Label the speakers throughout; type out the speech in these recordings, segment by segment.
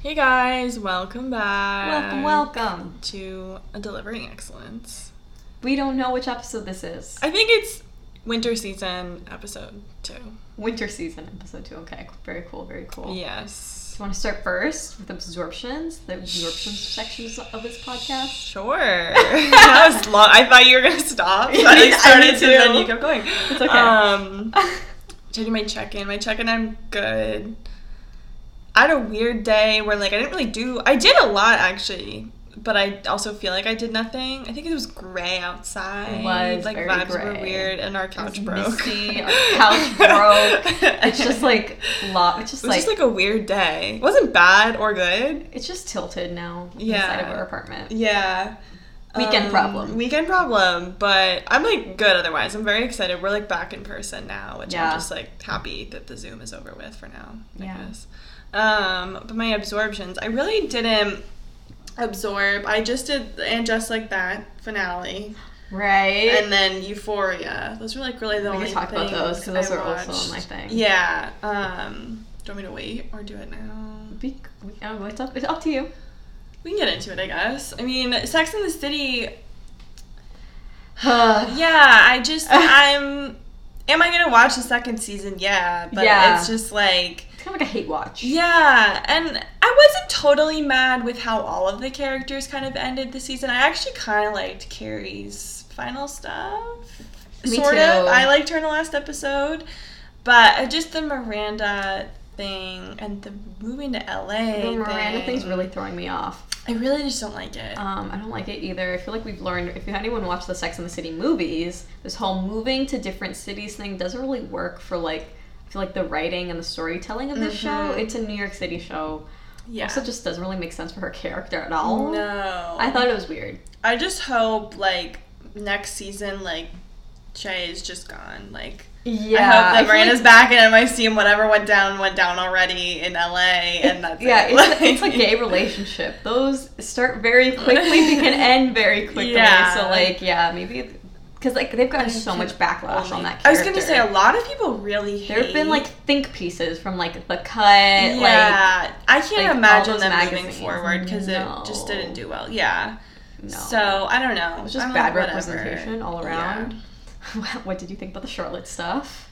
Speaker 1: Hey guys, welcome back.
Speaker 2: Welcome, welcome.
Speaker 1: to Delivering Excellence.
Speaker 2: We don't know which episode this is.
Speaker 1: I think it's winter season episode two.
Speaker 2: Winter season, episode two. Okay, very cool, very cool. Do
Speaker 1: Yes.
Speaker 2: you want to start first with absorptions, the absorptions sections of this podcast?
Speaker 1: Sure. that was long. I thought you were gonna stop. But I
Speaker 2: Me
Speaker 1: started to,
Speaker 2: too.
Speaker 1: then you kept going. It's
Speaker 2: okay.
Speaker 1: Um, did I do my check-in. My check-in, I'm good. I had a weird day where like I didn't really do. I did a lot actually, but I also feel like I did nothing. I think it was gray outside.
Speaker 2: It was
Speaker 1: like
Speaker 2: very
Speaker 1: vibes were
Speaker 2: gray.
Speaker 1: weird, and our
Speaker 2: was
Speaker 1: couch broke.
Speaker 2: misty, our couch broke. It's just like lot. It's
Speaker 1: It
Speaker 2: just
Speaker 1: was
Speaker 2: like,
Speaker 1: just like a weird day. It wasn't bad or good.
Speaker 2: it's just tilted now
Speaker 1: Yeah.
Speaker 2: inside of our apartment.
Speaker 1: Yeah. Um,
Speaker 2: Weekend problem.
Speaker 1: Weekend problem, but I'm like good otherwise. I'm very excited. We're like back in person now, which
Speaker 2: Yeah.
Speaker 1: I'm just like happy that the Zoom is over with for now. I
Speaker 2: Yeah.
Speaker 1: guess. Um, but my absorptions, I really didn't absorb. I just did and just like that finale,
Speaker 2: Right.
Speaker 1: and then Euphoria. Those were like really the
Speaker 2: we
Speaker 1: only
Speaker 2: can talk about those because
Speaker 1: things
Speaker 2: those are
Speaker 1: I
Speaker 2: also
Speaker 1: watched.
Speaker 2: my thing.
Speaker 1: Yeah. Um, do you want me to wait or do it now?
Speaker 2: Be, we, oh, it's up. It's up to you.
Speaker 1: We can get into it, I guess. I mean, Sex in the City.
Speaker 2: yeah.
Speaker 1: Yeah, I just I'm. Am I gonna watch the second season? Yeah, but
Speaker 2: Yeah.
Speaker 1: it's just like
Speaker 2: It's kind of like a hate watch.
Speaker 1: yeah, and I wasn't totally mad with how all of the characters kind of ended the season. I actually kind of liked Carrie's final stuff.
Speaker 2: Me
Speaker 1: sort
Speaker 2: too.
Speaker 1: of. I liked her in the last episode, but I just the Miranda thing and the moving to LA.
Speaker 2: The Miranda
Speaker 1: thing,
Speaker 2: thing's really throwing me off.
Speaker 1: I really just don't like it.
Speaker 2: Um, I don't like it either. I feel like we've learned if anyone watched the Sex and the City movies, this whole moving to different cities thing doesn't really work for like I feel like the writing and the storytelling of this show.
Speaker 1: Mhm.
Speaker 2: It's a New York City show.
Speaker 1: yeah.
Speaker 2: Also just doesn't really make sense for her character at all.
Speaker 1: No.
Speaker 2: I thought it was weird.
Speaker 1: I just hope like next season like Che is just gone. Like
Speaker 2: Yeah.
Speaker 1: I hope that Miranda's back and NYC and whatever went down went down already in LA and that's
Speaker 2: yeah,
Speaker 1: it.
Speaker 2: it's, it's a gay relationship. Those start very quickly, they can end very quickly.
Speaker 1: Yeah.
Speaker 2: So like, yeah, maybe because like they've gotten
Speaker 1: I
Speaker 2: so much
Speaker 1: can
Speaker 2: backlash on that. Character.
Speaker 1: I was gonna say a lot of people really hate
Speaker 2: There have been like think pieces from like the cut, like
Speaker 1: yeah, I
Speaker 2: like,
Speaker 1: can't
Speaker 2: all
Speaker 1: imagine
Speaker 2: those
Speaker 1: them moving
Speaker 2: magazines.
Speaker 1: forward because
Speaker 2: No.
Speaker 1: it just didn't do well. Yeah,
Speaker 2: no,
Speaker 1: so I don't know.
Speaker 2: it's just
Speaker 1: I'm like,
Speaker 2: bad
Speaker 1: whatever.
Speaker 2: representation all around. what did you think about the Charlotte stuff?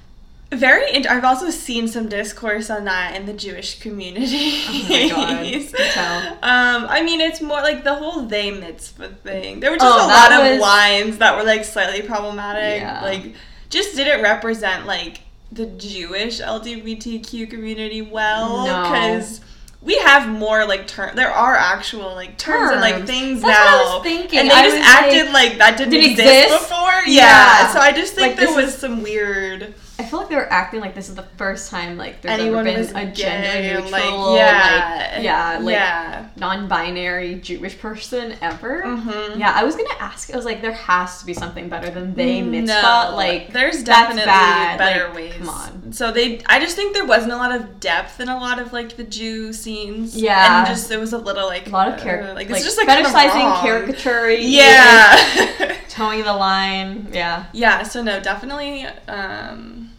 Speaker 1: Very. Int- I've also seen some discourse on that in the Jewish community.
Speaker 2: Oh my God. You can tell.
Speaker 1: Um, I mean, it's more like the whole they mitzvah thing. There were just
Speaker 2: Oh,
Speaker 1: a
Speaker 2: that
Speaker 1: lot of
Speaker 2: was-
Speaker 1: lines that were like slightly problematic.
Speaker 2: Yeah.
Speaker 1: Like, just didn't represent like the Jewish LGBTQ community well
Speaker 2: No.
Speaker 1: because. We have more like term. There are actual like terms, and like
Speaker 2: Terms.
Speaker 1: things
Speaker 2: That's
Speaker 1: now,
Speaker 2: what I was thinking.
Speaker 1: and they
Speaker 2: I
Speaker 1: just
Speaker 2: was
Speaker 1: acted like, that didn't,
Speaker 2: "Did it
Speaker 1: exist,
Speaker 2: exist?"
Speaker 1: before. Yeah.
Speaker 2: Yeah.
Speaker 1: so I just think
Speaker 2: Like,
Speaker 1: there
Speaker 2: this
Speaker 1: was some weird.
Speaker 2: I feel like they were acting like this is the first time like there's
Speaker 1: anyone
Speaker 2: ever
Speaker 1: was
Speaker 2: been a
Speaker 1: gay,
Speaker 2: gender neutral,
Speaker 1: like yeah,
Speaker 2: like, yeah, like
Speaker 1: yeah.
Speaker 2: non-binary Jewish person ever.
Speaker 1: Mhm.
Speaker 2: Yeah, I was gonna ask. I was like, there has to be something better than they mitzvah.
Speaker 1: Mm, No,
Speaker 2: like,
Speaker 1: there's
Speaker 2: that's
Speaker 1: definitely
Speaker 2: bad.
Speaker 1: better
Speaker 2: Like,
Speaker 1: ways.
Speaker 2: Come on.
Speaker 1: So they, I just think there wasn't a lot of depth in a lot of like the Jew scenes.
Speaker 2: Yeah.
Speaker 1: and just it was a little like
Speaker 2: A lot of
Speaker 1: uh,
Speaker 2: character,
Speaker 1: like
Speaker 2: like,
Speaker 1: it's just like kinda
Speaker 2: fetishizing,
Speaker 1: wrong.
Speaker 2: caricature,
Speaker 1: Yeah,
Speaker 2: towing the line. Yeah,
Speaker 1: yeah. So no, definitely. um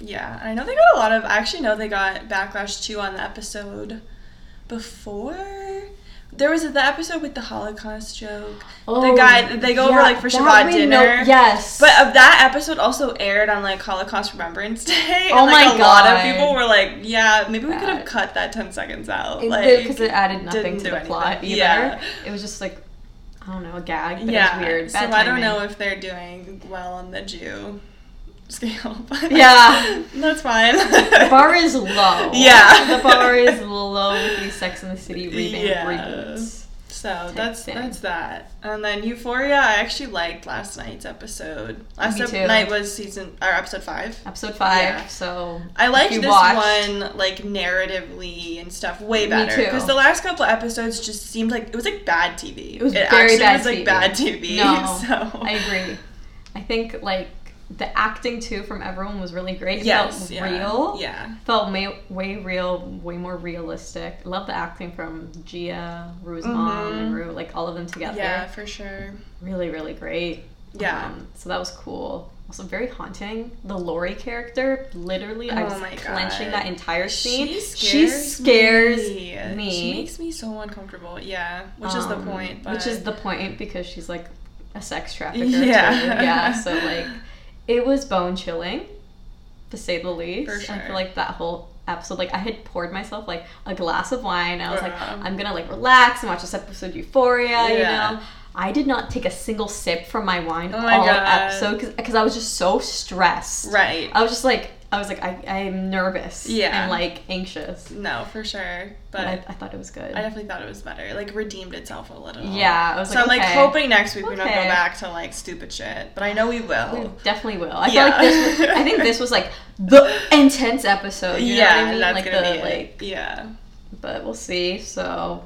Speaker 1: Yeah, I know they got a lot of. I actually know they got backlash too on the episode before. There was the episode with the Holocaust joke. the guy that they go over like for
Speaker 2: Oh, that
Speaker 1: Shabbat
Speaker 2: we
Speaker 1: dinner.
Speaker 2: know- yes,
Speaker 1: But uh, of that episode also aired on like Holocaust Remembrance Day.
Speaker 2: Oh
Speaker 1: and, like,
Speaker 2: my
Speaker 1: A lot of
Speaker 2: God.
Speaker 1: people were like, "Yeah, maybe we could have
Speaker 2: Bad.
Speaker 1: cut that ten seconds out." like,
Speaker 2: because it added nothing
Speaker 1: didn't
Speaker 2: to
Speaker 1: do
Speaker 2: the plot
Speaker 1: anything.
Speaker 2: either.
Speaker 1: Yeah.
Speaker 2: It was just like I don't know, a gag. But
Speaker 1: yeah,
Speaker 2: it was weird.
Speaker 1: so
Speaker 2: Bad
Speaker 1: I don't
Speaker 2: timing.
Speaker 1: know if they're doing well on the Jew scale. But
Speaker 2: Yeah.
Speaker 1: that's fine.
Speaker 2: The bar is low.
Speaker 1: Yeah.
Speaker 2: the bar is low with these Sex and the City revamp
Speaker 1: Yeah.
Speaker 2: reboots.
Speaker 1: So that's
Speaker 2: thing.
Speaker 1: that's that. And then Euphoria, I actually liked last night's episode. Last
Speaker 2: Me
Speaker 1: ep-
Speaker 2: too.
Speaker 1: night was season or episode five.
Speaker 2: Episode five.
Speaker 1: Yeah.
Speaker 2: So
Speaker 1: I liked
Speaker 2: you
Speaker 1: this
Speaker 2: watched-
Speaker 1: one like narratively and stuff way
Speaker 2: Me
Speaker 1: better
Speaker 2: too.
Speaker 1: because the last couple episodes just seemed like it was like bad TV.
Speaker 2: It was very
Speaker 1: actually
Speaker 2: bad
Speaker 1: was like
Speaker 2: TV.
Speaker 1: bad TV.
Speaker 2: No,
Speaker 1: so
Speaker 2: I agree. I think like the acting too from everyone was really great. It
Speaker 1: Yes,
Speaker 2: felt
Speaker 1: yeah,
Speaker 2: real.
Speaker 1: Yeah,
Speaker 2: Felt may, way real, way more realistic. Love the acting from Gia, Rue's mom, and Rue, like all of them together.
Speaker 1: Mm-hmm. yeah, for sure.
Speaker 2: Really, really great.
Speaker 1: Yeah.
Speaker 2: Um, so that was cool. Also, very haunting. The Lori character, literally, I
Speaker 1: Oh
Speaker 2: was
Speaker 1: my God.
Speaker 2: clenching that entire scene.
Speaker 1: She scares
Speaker 2: She scares
Speaker 1: me.
Speaker 2: me.
Speaker 1: She makes makes me so uncomfortable. Yeah, which is the
Speaker 2: Um,
Speaker 1: point. But
Speaker 2: Which is the point because she's like a sex trafficker.
Speaker 1: Yeah.
Speaker 2: too. yeah. So like, it was bone chilling, to say the least.
Speaker 1: For
Speaker 2: I
Speaker 1: sure.
Speaker 2: feel like that whole episode, like I had poured myself like a glass of wine. I was like,
Speaker 1: Yeah.
Speaker 2: I'm gonna like relax and watch this episode of Euphoria.
Speaker 1: Yeah.
Speaker 2: You know. I did not take a single sip from my wine
Speaker 1: Oh my
Speaker 2: all
Speaker 1: God.
Speaker 2: episode because I was just so stressed.
Speaker 1: right.
Speaker 2: I was just like, I was like, I, I'm nervous.
Speaker 1: Yeah.
Speaker 2: And like anxious.
Speaker 1: No, for sure.
Speaker 2: But I,
Speaker 1: But
Speaker 2: I thought it was good.
Speaker 1: I definitely thought it was better. Like redeemed itself a little.
Speaker 2: yeah. I was
Speaker 1: So I'm
Speaker 2: like,
Speaker 1: like
Speaker 2: okay.
Speaker 1: hoping next week we don't go
Speaker 2: Okay.
Speaker 1: back to like stupid shit, but I know we
Speaker 2: We
Speaker 1: will.
Speaker 2: definitely will. I
Speaker 1: Yeah.
Speaker 2: feel like this. Was, I think this was like the intense episode. You
Speaker 1: yeah,
Speaker 2: know what I mean?
Speaker 1: that's
Speaker 2: like
Speaker 1: gonna
Speaker 2: the
Speaker 1: be it.
Speaker 2: like.
Speaker 1: yeah,
Speaker 2: But we'll see. So,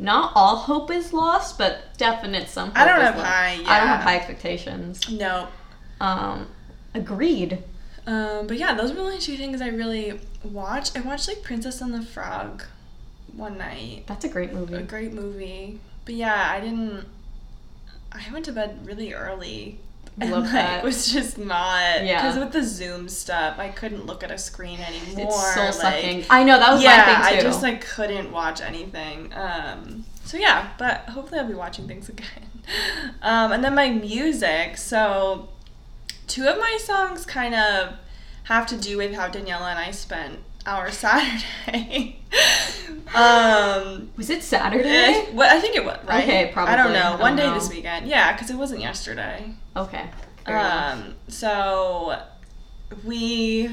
Speaker 2: not all hope is lost, but definite some. Hope
Speaker 1: I don't
Speaker 2: is
Speaker 1: have
Speaker 2: lost.
Speaker 1: high. Yeah,
Speaker 2: I don't have high expectations.
Speaker 1: No,
Speaker 2: Um, agreed.
Speaker 1: um, but yeah, those were the only two things I really watched. I watched like Princess and the Frog one night.
Speaker 2: That's a great
Speaker 1: A
Speaker 2: movie.
Speaker 1: great movie, but yeah, I didn't. I went to bed really early. And
Speaker 2: Love
Speaker 1: like,
Speaker 2: that.
Speaker 1: was just not
Speaker 2: Yeah.
Speaker 1: because with the Zoom stuff, I couldn't look at a screen anymore.
Speaker 2: It's soul
Speaker 1: like,
Speaker 2: sucking. I know that was
Speaker 1: yeah,
Speaker 2: my thing
Speaker 1: I
Speaker 2: too.
Speaker 1: just like couldn't watch anything. Um, so yeah, but hopefully I'll be watching things again. Um, and then my music. So two of my songs kind of have to do with how Daniela and I spent our Saturday. um,
Speaker 2: was it Saturday?
Speaker 1: eh, well, I think it was right.
Speaker 2: Okay,
Speaker 1: I don't
Speaker 2: probably.
Speaker 1: know.
Speaker 2: I
Speaker 1: One
Speaker 2: don't
Speaker 1: day
Speaker 2: know.
Speaker 1: this weekend. Yeah, because it wasn't yesterday.
Speaker 2: Okay. Fair enough.
Speaker 1: Um, so we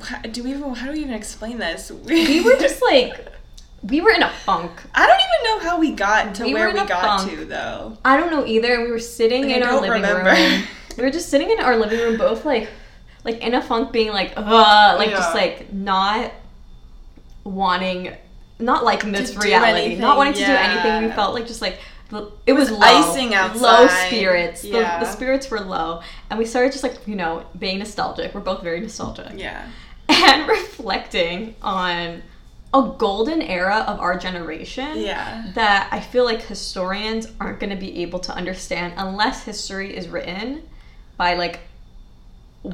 Speaker 1: wh- do we even how do we even explain this?
Speaker 2: we were just like, we were in a funk.
Speaker 1: I don't even know how we got to
Speaker 2: We
Speaker 1: where
Speaker 2: were in
Speaker 1: we
Speaker 2: a
Speaker 1: got
Speaker 2: funk.
Speaker 1: to though.
Speaker 2: I don't know either. We were sitting
Speaker 1: Like, I
Speaker 2: in our
Speaker 1: don't
Speaker 2: living
Speaker 1: remember.
Speaker 2: room. We were just sitting in our living room, both like, like in a funk, being like, ugh, like just
Speaker 1: Yeah.
Speaker 2: like not wanting, not liking this
Speaker 1: do
Speaker 2: reality,
Speaker 1: anything,
Speaker 2: not wanting to do anything. We
Speaker 1: yeah.
Speaker 2: felt like just like. l- It was, low,
Speaker 1: icing
Speaker 2: Low
Speaker 1: outside.
Speaker 2: spirits.
Speaker 1: Yeah.
Speaker 2: The, the spirits were low, and we started just like you know being nostalgic. We're both very nostalgic
Speaker 1: Yeah.
Speaker 2: and reflecting on a golden era of our generation
Speaker 1: Yeah.
Speaker 2: that I feel like historians aren't going to be able to understand unless history is written by like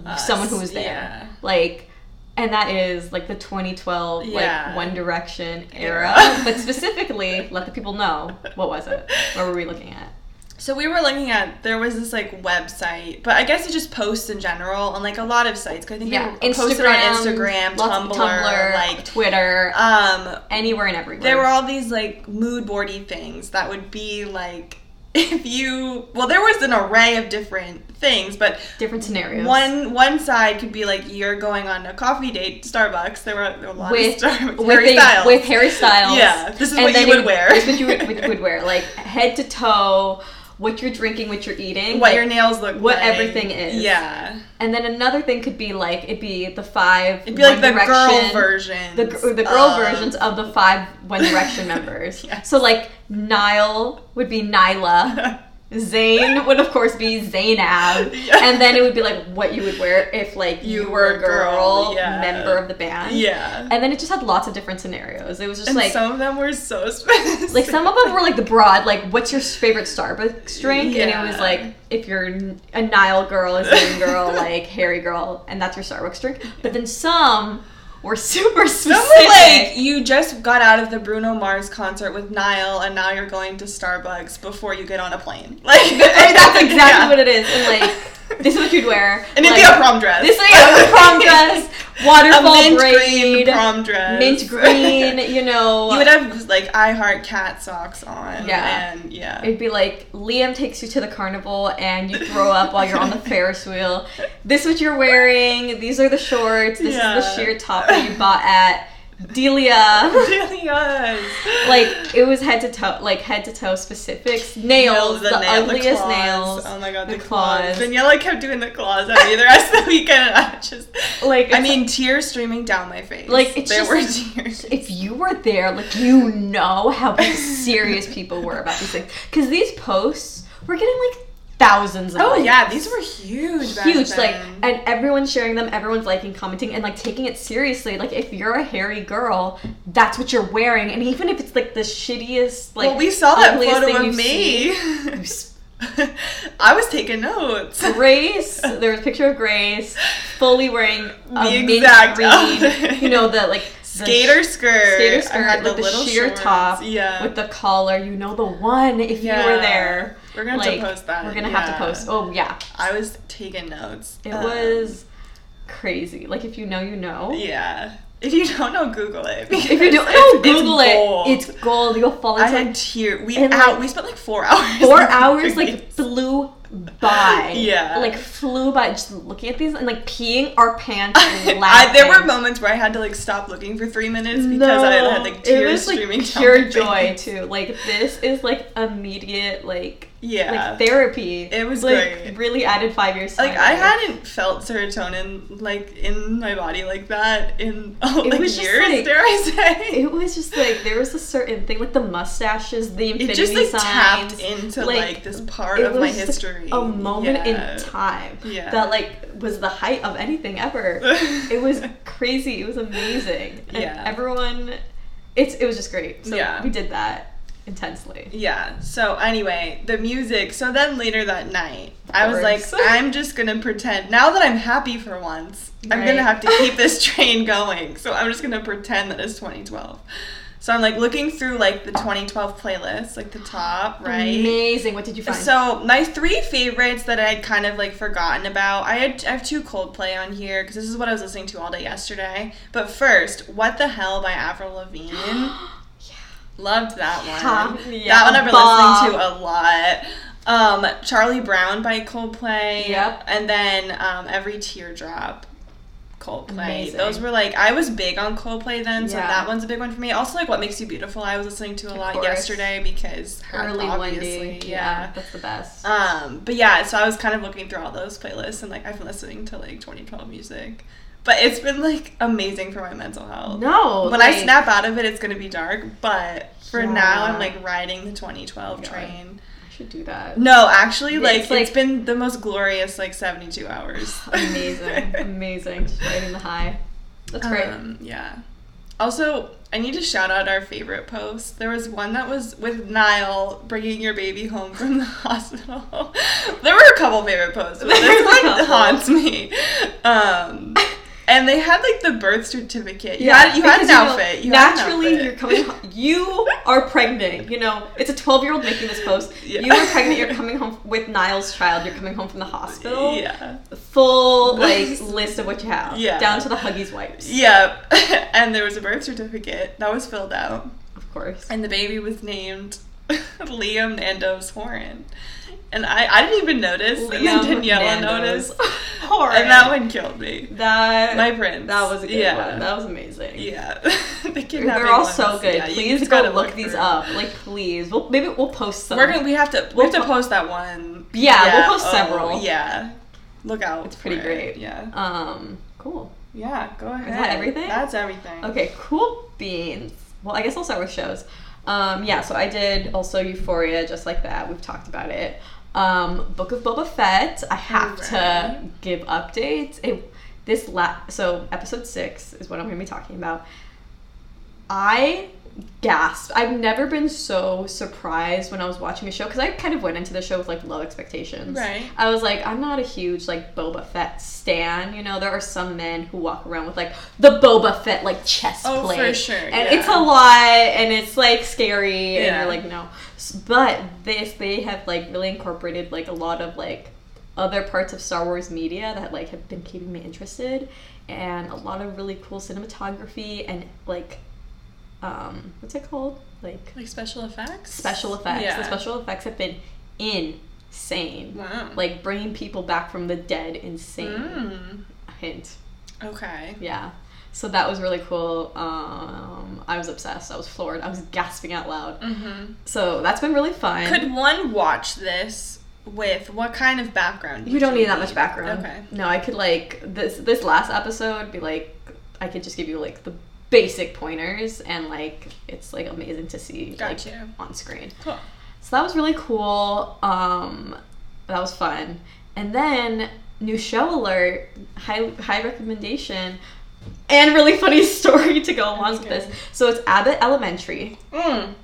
Speaker 1: Us,
Speaker 2: someone who was there.
Speaker 1: yeah.
Speaker 2: Like and that is like the 2012
Speaker 1: Yeah.
Speaker 2: like One Direction era,
Speaker 1: Era.
Speaker 2: but specifically let the people know what was it? What were we looking at?
Speaker 1: So we were looking at there was this like website, but I guess it just posts in general on like a lot of sites. 'cause I think
Speaker 2: Yeah,
Speaker 1: they were posted on Instagram,
Speaker 2: lots
Speaker 1: Tumblr,
Speaker 2: of Tumblr,
Speaker 1: like
Speaker 2: Twitter,
Speaker 1: um
Speaker 2: anywhere and everywhere.
Speaker 1: there were all these like mood boardy things that would be like if you well there was an array of different things but
Speaker 2: different scenarios.
Speaker 1: one one side could be like you're going on a coffee date to starbucks there were, there were a lot
Speaker 2: with
Speaker 1: of starbucks
Speaker 2: with
Speaker 1: Harry
Speaker 2: a-
Speaker 1: Styles.
Speaker 2: with Harry Styles.
Speaker 1: Yeah, this is what
Speaker 2: then
Speaker 1: you would wear.
Speaker 2: This is what you would, what you would wear, like head to toe, what you're drinking, what you're eating,
Speaker 1: what
Speaker 2: like-
Speaker 1: your nails look
Speaker 2: what
Speaker 1: like.
Speaker 2: everything is.
Speaker 1: yeah
Speaker 2: And then another thing could be like it'd be the five.
Speaker 1: it'd be like the
Speaker 2: One
Speaker 1: girl Um,
Speaker 2: Direction-
Speaker 1: version
Speaker 2: The, gr- the girl versions of the five One Direction members.
Speaker 1: Yes.
Speaker 2: So like Nile would be Nyla, Zayn would of course be Zaynab,
Speaker 1: Yeah.
Speaker 2: and then it would be like what you would wear if like you, were a girl,
Speaker 1: yeah.
Speaker 2: member of the band.
Speaker 1: yeah
Speaker 2: And then it just had lots of different scenarios. It was just
Speaker 1: and
Speaker 2: like
Speaker 1: some of them were so specific
Speaker 2: like some of them were like the broad, like what's your favorite Starbucks drink? And
Speaker 1: Yeah.
Speaker 2: it was like if you're n- a Nile girl, a Zane girl, like hairy girl, and that's your Starbucks drink. But then some were super
Speaker 1: Some
Speaker 2: specific.
Speaker 1: were like you just got out of the Bruno Mars concert with Niall, and now you're going to Starbucks before you get on a plane. Like
Speaker 2: I mean, that's exactly what it is. And like this is what you'd wear.
Speaker 1: And it'd be
Speaker 2: like,
Speaker 1: a prom dress.
Speaker 2: This is a prom dress,
Speaker 1: a
Speaker 2: waterfall
Speaker 1: mint green
Speaker 2: braid,
Speaker 1: prom dress.
Speaker 2: mint green. You know,
Speaker 1: you would have like I heart cat socks on.
Speaker 2: Yeah.
Speaker 1: And yeah.
Speaker 2: It'd be like Liam takes you to the carnival and you throw up while you're on the Ferris wheel. This is what you're wearing. These are the shorts. This is
Speaker 1: Yeah.
Speaker 2: the sheer top that you bought at Delia.
Speaker 1: really was.
Speaker 2: like it was head to toe, like head to toe specifics. Nails, the,
Speaker 1: nail-
Speaker 2: ugliest
Speaker 1: claws.
Speaker 2: nails.
Speaker 1: Oh my god,
Speaker 2: the
Speaker 1: the, claws.
Speaker 2: claws.
Speaker 1: Daniela kept doing the claws at me the rest of the weekend, and I just
Speaker 2: Like
Speaker 1: I
Speaker 2: it's-
Speaker 1: mean, tears streaming down my face.
Speaker 2: Like, it's
Speaker 1: there
Speaker 2: just,
Speaker 1: were
Speaker 2: like,
Speaker 1: tears.
Speaker 2: if you were there, like you know how serious people were about these things. Because these posts were getting like thousands of
Speaker 1: Oh
Speaker 2: likes.
Speaker 1: yeah, these were huge. Back
Speaker 2: huge like
Speaker 1: then.
Speaker 2: and everyone's sharing them everyone's liking commenting and like taking it seriously like if you're a hairy girl that's what you're wearing and even if it's like the shittiest like
Speaker 1: well, we saw that
Speaker 2: ugliest thing
Speaker 1: photo of
Speaker 2: you've seen.
Speaker 1: me. I was taking notes.
Speaker 2: grace there was a picture of grace fully wearing a
Speaker 1: The
Speaker 2: mint
Speaker 1: exact
Speaker 2: green
Speaker 1: outfit.
Speaker 2: you know the like
Speaker 1: skater skirt.
Speaker 2: skater
Speaker 1: I had
Speaker 2: skirt with the, sheer
Speaker 1: shorts.
Speaker 2: top,
Speaker 1: Yeah.
Speaker 2: with the collar. You know the one if
Speaker 1: Yeah.
Speaker 2: you were there.
Speaker 1: We're gonna have to post that.
Speaker 2: We're gonna have
Speaker 1: Yeah.
Speaker 2: to post. Oh yeah,
Speaker 1: I was taking notes.
Speaker 2: it
Speaker 1: Um,
Speaker 2: was crazy. Like if you know, you know.
Speaker 1: Yeah. If you don't know, Google it.
Speaker 2: If you do,
Speaker 1: because it's
Speaker 2: oh, Google it.
Speaker 1: gold.
Speaker 2: It's gold. You'll fall
Speaker 1: I
Speaker 2: into
Speaker 1: had
Speaker 2: like
Speaker 1: tear. We
Speaker 2: and,
Speaker 1: out.
Speaker 2: like,
Speaker 1: we spent like four hours.
Speaker 2: four
Speaker 1: on
Speaker 2: hours.
Speaker 1: these.
Speaker 2: Like flew by.
Speaker 1: Yeah.
Speaker 2: Like flew by. Just looking at these and like peeing our pants. and
Speaker 1: I, there were
Speaker 2: laughing.
Speaker 1: moments where I had to like stop looking for three minutes because I had like tears
Speaker 2: it was,
Speaker 1: streaming
Speaker 2: like,
Speaker 1: down
Speaker 2: pure
Speaker 1: my
Speaker 2: joy
Speaker 1: face.
Speaker 2: too. Like this is like immediate like
Speaker 1: Yeah.
Speaker 2: like therapy.
Speaker 1: It was
Speaker 2: like
Speaker 1: great.
Speaker 2: really added five years. to
Speaker 1: like
Speaker 2: my
Speaker 1: I
Speaker 2: life.
Speaker 1: hadn't felt serotonin like in my body like that in oh,
Speaker 2: It
Speaker 1: like
Speaker 2: was
Speaker 1: years.
Speaker 2: just, like-
Speaker 1: dare I say?
Speaker 2: It was just like there was a certain thing like the mustaches, the
Speaker 1: It
Speaker 2: infinity
Speaker 1: just like
Speaker 2: signs.
Speaker 1: tapped into like,
Speaker 2: like,
Speaker 1: this part
Speaker 2: it
Speaker 1: of my
Speaker 2: was
Speaker 1: history.
Speaker 2: a moment
Speaker 1: Yeah.
Speaker 2: in time
Speaker 1: Yeah.
Speaker 2: that like was the height of anything ever. it was crazy. It was amazing. And
Speaker 1: Yeah.
Speaker 2: Everyone, it's it was just great. So
Speaker 1: Yeah.
Speaker 2: we did that intensely.
Speaker 1: Yeah. So anyway, the music. So then later that night, I was like,
Speaker 2: Worse.
Speaker 1: I'm just gonna pretend. Now that I'm happy for once, I'm gonna
Speaker 2: Right.
Speaker 1: have to keep this train going. So I'm just gonna pretend that it's 2012. So I'm like looking through like the 2012 playlist, like the top right.
Speaker 2: Amazing. What did you find?
Speaker 1: So my three favorites that I had kind of like forgotten about. I had I have two Coldplay on here because this is what I was listening to all day yesterday. But first, "What the Hell" by Avril Lavigne. Loved that
Speaker 2: Yeah,
Speaker 1: one.
Speaker 2: yeah,
Speaker 1: that one I've been
Speaker 2: Bob.
Speaker 1: listening to a lot. Um, Charlie Brown by Coldplay.
Speaker 2: Yep.
Speaker 1: And then um, Every Teardrop. Coldplay.
Speaker 2: Amazing.
Speaker 1: Those were like I was big on Coldplay then, so
Speaker 2: Yeah.
Speaker 1: that one's a big one for me. Also, like What Makes You Beautiful, I was listening to a lot
Speaker 2: course.
Speaker 1: yesterday because
Speaker 2: early
Speaker 1: obviously,
Speaker 2: Wendy.
Speaker 1: yeah.
Speaker 2: that's the best.
Speaker 1: Um, but yeah, so I was kind of looking through all those playlists and like I've been listening to like 2012 music, but it's been like amazing for my mental health
Speaker 2: no,
Speaker 1: when I
Speaker 2: like,
Speaker 1: snap out of it, it's gonna be dark. But for
Speaker 2: Yeah.
Speaker 1: now, I'm like riding the 2012
Speaker 2: God.
Speaker 1: train.
Speaker 2: I should do that.
Speaker 1: No, actually,
Speaker 2: It's
Speaker 1: like it's
Speaker 2: like-
Speaker 1: been the most glorious like 72 hours.
Speaker 2: Amazing, amazing. Just riding the high. That's great.
Speaker 1: Um, yeah. Also, I need to shout out our favorite posts. There was one that was with Niall bringing your baby home from the hospital. there were a couple favorite posts, but
Speaker 2: There's
Speaker 1: this
Speaker 2: a
Speaker 1: one
Speaker 2: couple.
Speaker 1: haunts me. Um, and they had like the birth certificate. You had you had
Speaker 2: because,
Speaker 1: an
Speaker 2: know,
Speaker 1: outfit. You had an
Speaker 2: naturally,
Speaker 1: outfit.
Speaker 2: you're coming. ho- You are pregnant. You know, it's a 12 year old making this post.
Speaker 1: Yeah.
Speaker 2: You are pregnant. You're coming home with Niall's child. You're coming home from the hospital.
Speaker 1: Yeah.
Speaker 2: Full like list of what you have.
Speaker 1: Yeah.
Speaker 2: Down to the Huggies wipes.
Speaker 1: Yeah. and there was a birth certificate that was filled out.
Speaker 2: Of course.
Speaker 1: And the baby was named Liam Nandos Horan. And I, I didn't even notice. and then
Speaker 2: Liam
Speaker 1: Daniela
Speaker 2: Nando's.
Speaker 1: noticed.
Speaker 2: Horrid.
Speaker 1: And that one killed me.
Speaker 2: That
Speaker 1: My prince.
Speaker 2: That was a good
Speaker 1: Yeah.
Speaker 2: one. That was amazing.
Speaker 1: Yeah. the kidnapping
Speaker 2: They're all
Speaker 1: ones.
Speaker 2: so good.
Speaker 1: Yeah, you
Speaker 2: please
Speaker 1: just
Speaker 2: go
Speaker 1: gotta
Speaker 2: look,
Speaker 1: for
Speaker 2: these
Speaker 1: it.
Speaker 2: up. Like, please. We'll, maybe we'll post some.
Speaker 1: We're gonna we have to we have to
Speaker 2: We'll po-
Speaker 1: post that one. Oh,
Speaker 2: Yeah, we'll post several.
Speaker 1: Yeah. Look out.
Speaker 2: It's pretty
Speaker 1: for it.
Speaker 2: great.
Speaker 1: Yeah.
Speaker 2: Um. Cool.
Speaker 1: Yeah, go ahead.
Speaker 2: everything?
Speaker 1: That's everything.
Speaker 2: Okay, cool beans. Well, I guess I'll start with shows. Um, yeah, so I did also Euphoria, just like that. We've talked about it. Um, Book of Boba Fett. I have to
Speaker 1: Alright.
Speaker 2: give updates. It, this la- so episode six is what I'm going to be talking about. I gasped. I've never been so surprised when I was watching a show because I kind of went into the show with like low expectations.
Speaker 1: Right.
Speaker 2: I was like, I'm not a huge like Boba Fett stan. You know, there are some men who walk around with like the Boba Fett like chest
Speaker 1: Oh, for
Speaker 2: plate,
Speaker 1: sure,
Speaker 2: and
Speaker 1: yeah.
Speaker 2: it's a lot, and it's like scary, and
Speaker 1: Yeah.
Speaker 2: you're like, no. S- But this, they have like really incorporated like a lot of like other parts of Star Wars media that like have been keeping me interested, and a lot of really cool cinematography and like, um, what's it called? Like
Speaker 1: Like special effects?
Speaker 2: special effects.
Speaker 1: Yeah.
Speaker 2: The special effects have been insane.
Speaker 1: Wow.
Speaker 2: Like bringing people back from the dead, insane.
Speaker 1: Mm.
Speaker 2: Hint.
Speaker 1: Okay.
Speaker 2: Yeah. So that was really cool. Um, I was obsessed. I was floored. I was gasping out loud.
Speaker 1: Mm-hmm.
Speaker 2: So that's been really fun.
Speaker 1: Could one watch this with what kind of background?
Speaker 2: you don't need that much background.
Speaker 1: Okay.
Speaker 2: No, I could like this this last episode be like I could just give you like the basic pointers and like it's like amazing to see like
Speaker 1: Gotcha.
Speaker 2: on screen.
Speaker 1: Cool.
Speaker 2: So that was really cool. Um, that was fun. And then new show alert, high high recommendation, and really funny story to go along with
Speaker 1: good.
Speaker 2: this. So it's Abbott Elementary.
Speaker 1: Mm.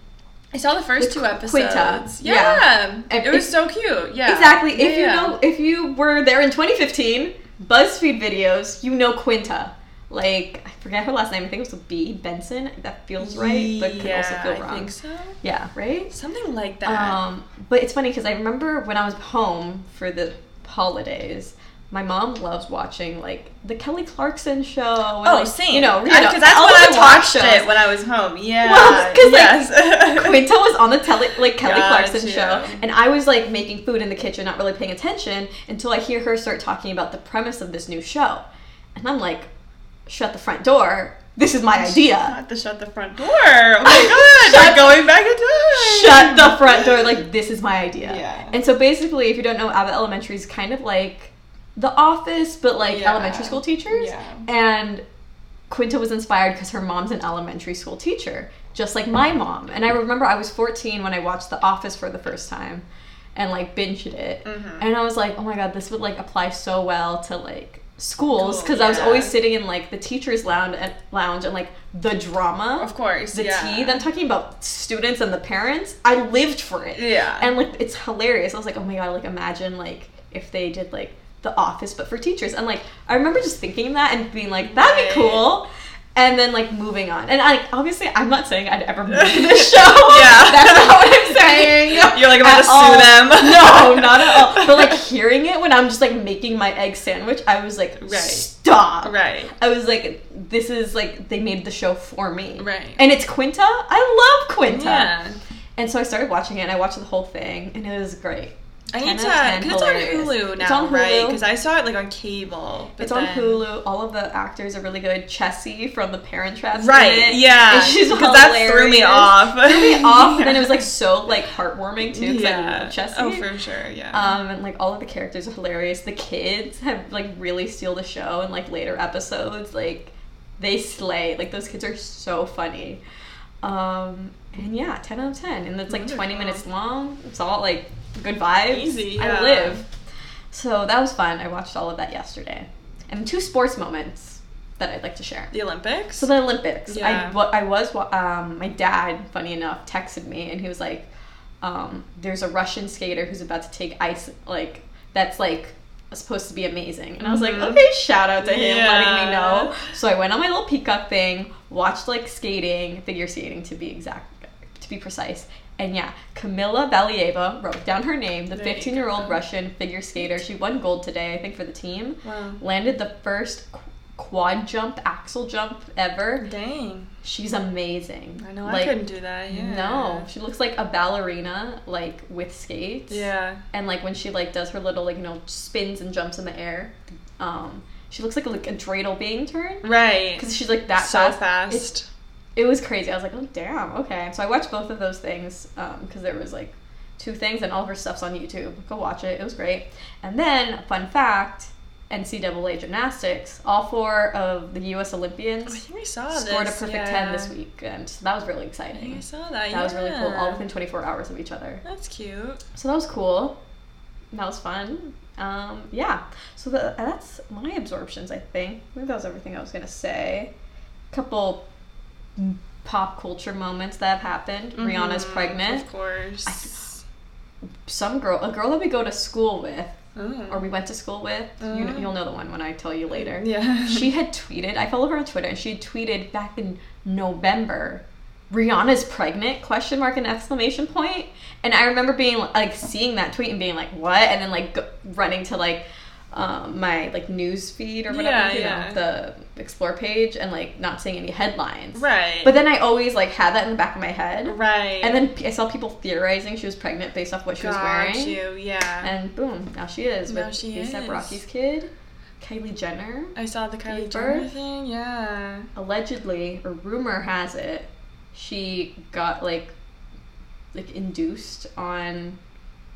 Speaker 1: I saw the first
Speaker 2: With
Speaker 1: two
Speaker 2: Qu-
Speaker 1: episodes.
Speaker 2: Quinta.
Speaker 1: Yeah.
Speaker 2: And
Speaker 1: It was
Speaker 2: if-
Speaker 1: so cute. Yeah.
Speaker 2: Exactly. If
Speaker 1: Yeah,
Speaker 2: you know, if you were there in 2015, BuzzFeed videos, you know Quinta. Like I forget her last name. I think it was a B Benson. That feels right, but could also feel wrong.
Speaker 1: I think so.
Speaker 2: Yeah, right.
Speaker 1: Something like that.
Speaker 2: Um, but it's funny because I remember when I was home for the holidays, my mom loves watching like the Kelly Clarkson show. And,
Speaker 1: oh,
Speaker 2: like,
Speaker 1: same.
Speaker 2: You know,
Speaker 1: because
Speaker 2: Rita,
Speaker 1: that's
Speaker 2: all
Speaker 1: when I
Speaker 2: the talk
Speaker 1: watched
Speaker 2: shows.
Speaker 1: it when I was home. Yeah.
Speaker 2: 'cause, like,
Speaker 1: yes.
Speaker 2: Quinto was on the tele, like Kelly
Speaker 1: Gotcha.
Speaker 2: Clarkson show, and I was like making food in the kitchen, not really paying attention until I hear her start talking about the premise of this new show, and I'm like, shut the front door. This is my
Speaker 1: I
Speaker 2: idea.
Speaker 1: have to shut the front door. Oh my god,
Speaker 2: Shut-
Speaker 1: we're going back in time.
Speaker 2: Shut the front door. Like this is my idea.
Speaker 1: Yeah.
Speaker 2: And so basically, if you don't know, Abbott Elementary is kind of like the office, but like
Speaker 1: Yeah.
Speaker 2: elementary school teachers.
Speaker 1: Yeah.
Speaker 2: And Quinta was inspired because her mom's an elementary school teacher, just like my mom. And I remember I was 14 when I watched The Office for the first time and like binged it.
Speaker 1: Mm-hmm.
Speaker 2: And I was like, oh my god, this would like apply so well to like schools
Speaker 1: Cool,
Speaker 2: because I was
Speaker 1: yeah.
Speaker 2: always sitting in like the teacher's lounge and lounge and like the drama
Speaker 1: Of course.
Speaker 2: the
Speaker 1: yeah.
Speaker 2: tea. Then talking about students and the parents, I lived for it.
Speaker 1: Yeah.
Speaker 2: And like it's hilarious. I was like, oh my god, like imagine like if they did like the office but for teachers. And like I remember just thinking that and being like, that'd be
Speaker 1: Right.
Speaker 2: cool. And then like moving on. And I obviously I'm not saying I'd ever move to this show.
Speaker 1: Yeah.
Speaker 2: That's not what I'm saying.
Speaker 1: You're like, I'm gonna
Speaker 2: At
Speaker 1: sue
Speaker 2: all.
Speaker 1: them.
Speaker 2: No, not at all. But like hearing it when I'm just like making my egg sandwich, I was like,
Speaker 1: Right.
Speaker 2: stop.
Speaker 1: Right.
Speaker 2: I was like, this is like they made the show for me.
Speaker 1: Right.
Speaker 2: And it's Quinta. I love Quinta.
Speaker 1: Yeah.
Speaker 2: And so I started watching it and I watched the whole thing and it was great.
Speaker 1: I
Speaker 2: 10
Speaker 1: need to.
Speaker 2: out of 10,
Speaker 1: Because it's on
Speaker 2: hilarious.
Speaker 1: Hulu now,
Speaker 2: It's on
Speaker 1: right?
Speaker 2: Hulu.
Speaker 1: Because I saw it like on cable. but
Speaker 2: it's on
Speaker 1: then-
Speaker 2: Hulu. All of the actors are really good. Chessie from The Parent Trap.
Speaker 1: Right. Yeah.
Speaker 2: And she's
Speaker 1: because that threw me
Speaker 2: hilarious.
Speaker 1: off.
Speaker 2: threw me off. And then it was like so like heartwarming too because I
Speaker 1: yeah.
Speaker 2: love Chessie.
Speaker 1: Oh, for sure. Yeah.
Speaker 2: Um, and like all of the characters are hilarious. The kids have like really steal the show in like later episodes. Like they slay. Like those kids are so funny. Um, and yeah, ten out of ten. And it's like twenty
Speaker 1: Wonderful.
Speaker 2: minutes long. It's all like good vibes.
Speaker 1: Easy,
Speaker 2: I
Speaker 1: yeah.
Speaker 2: live. So that was fun. I watched all of that yesterday. And two sports moments that I'd like to share.
Speaker 1: the Olympics.
Speaker 2: So the Olympics.
Speaker 1: Yeah.
Speaker 2: I what I was wa- um, my dad, funny enough, texted me and he was like, um, "There's a Russian skater who's about to take ice like that's like supposed to be amazing." And I was like,
Speaker 1: Mhm.
Speaker 2: "Okay, shout out to him letting
Speaker 1: Yeah.
Speaker 2: me know." So I went on my little peacock thing, watched like skating, figure skating to be exact, to be precise. And yeah, Kamila Valieva wrote down her name, the
Speaker 1: There you
Speaker 2: 15 year old
Speaker 1: go.
Speaker 2: Russian figure skater. She won gold today, I think, for the team
Speaker 1: wow.
Speaker 2: landed the first qu- quad jump, axle jump ever.
Speaker 1: Dang.
Speaker 2: She's amazing.
Speaker 1: I know
Speaker 2: Like,
Speaker 1: I couldn't do that. Yeah.
Speaker 2: No, she looks like a ballerina, like with skates.
Speaker 1: Yeah.
Speaker 2: And like when she like does her little like you know spins and jumps in the air, um, she looks like a, like a dreidel being turned
Speaker 1: Right.
Speaker 2: because she's like that
Speaker 1: so
Speaker 2: fast.
Speaker 1: fast.
Speaker 2: It's- it was crazy. I was like, oh damn, okay. So I watched both of those things because there was like two things, and all of her stuff's on YouTube. Go watch it. It was great. And then, fun fact: NCAA gymnastics. All four of the U.S.
Speaker 1: Oh, I
Speaker 2: Olympians
Speaker 1: think we saw this.
Speaker 2: scored a perfect
Speaker 1: yeah.
Speaker 2: ten this weekend. So that was really
Speaker 1: I think I
Speaker 2: exciting.
Speaker 1: saw that.
Speaker 2: That
Speaker 1: yeah.
Speaker 2: was really cool. All within 24 hours of each other.
Speaker 1: That's cute.
Speaker 2: So that was cool. That was fun. Um, yeah. So the, uh, that's my absorptions, I think. I think that was everything I was going to say. Couple pop culture moments that have happened. Rihanna's
Speaker 1: Mhm,
Speaker 2: pregnant.
Speaker 1: Of course.
Speaker 2: Some girl, a girl that we go to school with,
Speaker 1: Mm.
Speaker 2: or we went to school with, you know,
Speaker 1: Mhm.
Speaker 2: you'll know the one when I tell you later.
Speaker 1: yeah.
Speaker 2: She had tweeted, I follow her on Twitter, and she had tweeted back in November. Rihanna's pregnant? Question mark and exclamation point. And I remember being like seeing that tweet and being like, "What?" And then like go- running to like um, my like news feed or whatever,
Speaker 1: Yeah,
Speaker 2: you
Speaker 1: yeah.
Speaker 2: know, the explore page, and like not seeing any headlines.
Speaker 1: right.
Speaker 2: But then I always like had that in the back of my head.
Speaker 1: right.
Speaker 2: And then p- I saw people theorizing she was pregnant based off what she was
Speaker 1: got
Speaker 2: wearing.
Speaker 1: you. Yeah.
Speaker 2: And boom, now she is
Speaker 1: Now
Speaker 2: with
Speaker 1: she
Speaker 2: ASAP
Speaker 1: is.
Speaker 2: Rocky's kid, Kylie Jenner
Speaker 1: I saw the Kylie
Speaker 2: Gave
Speaker 1: Jenner
Speaker 2: birth.
Speaker 1: thing. Yeah.
Speaker 2: allegedly or rumor has it she got like like induced on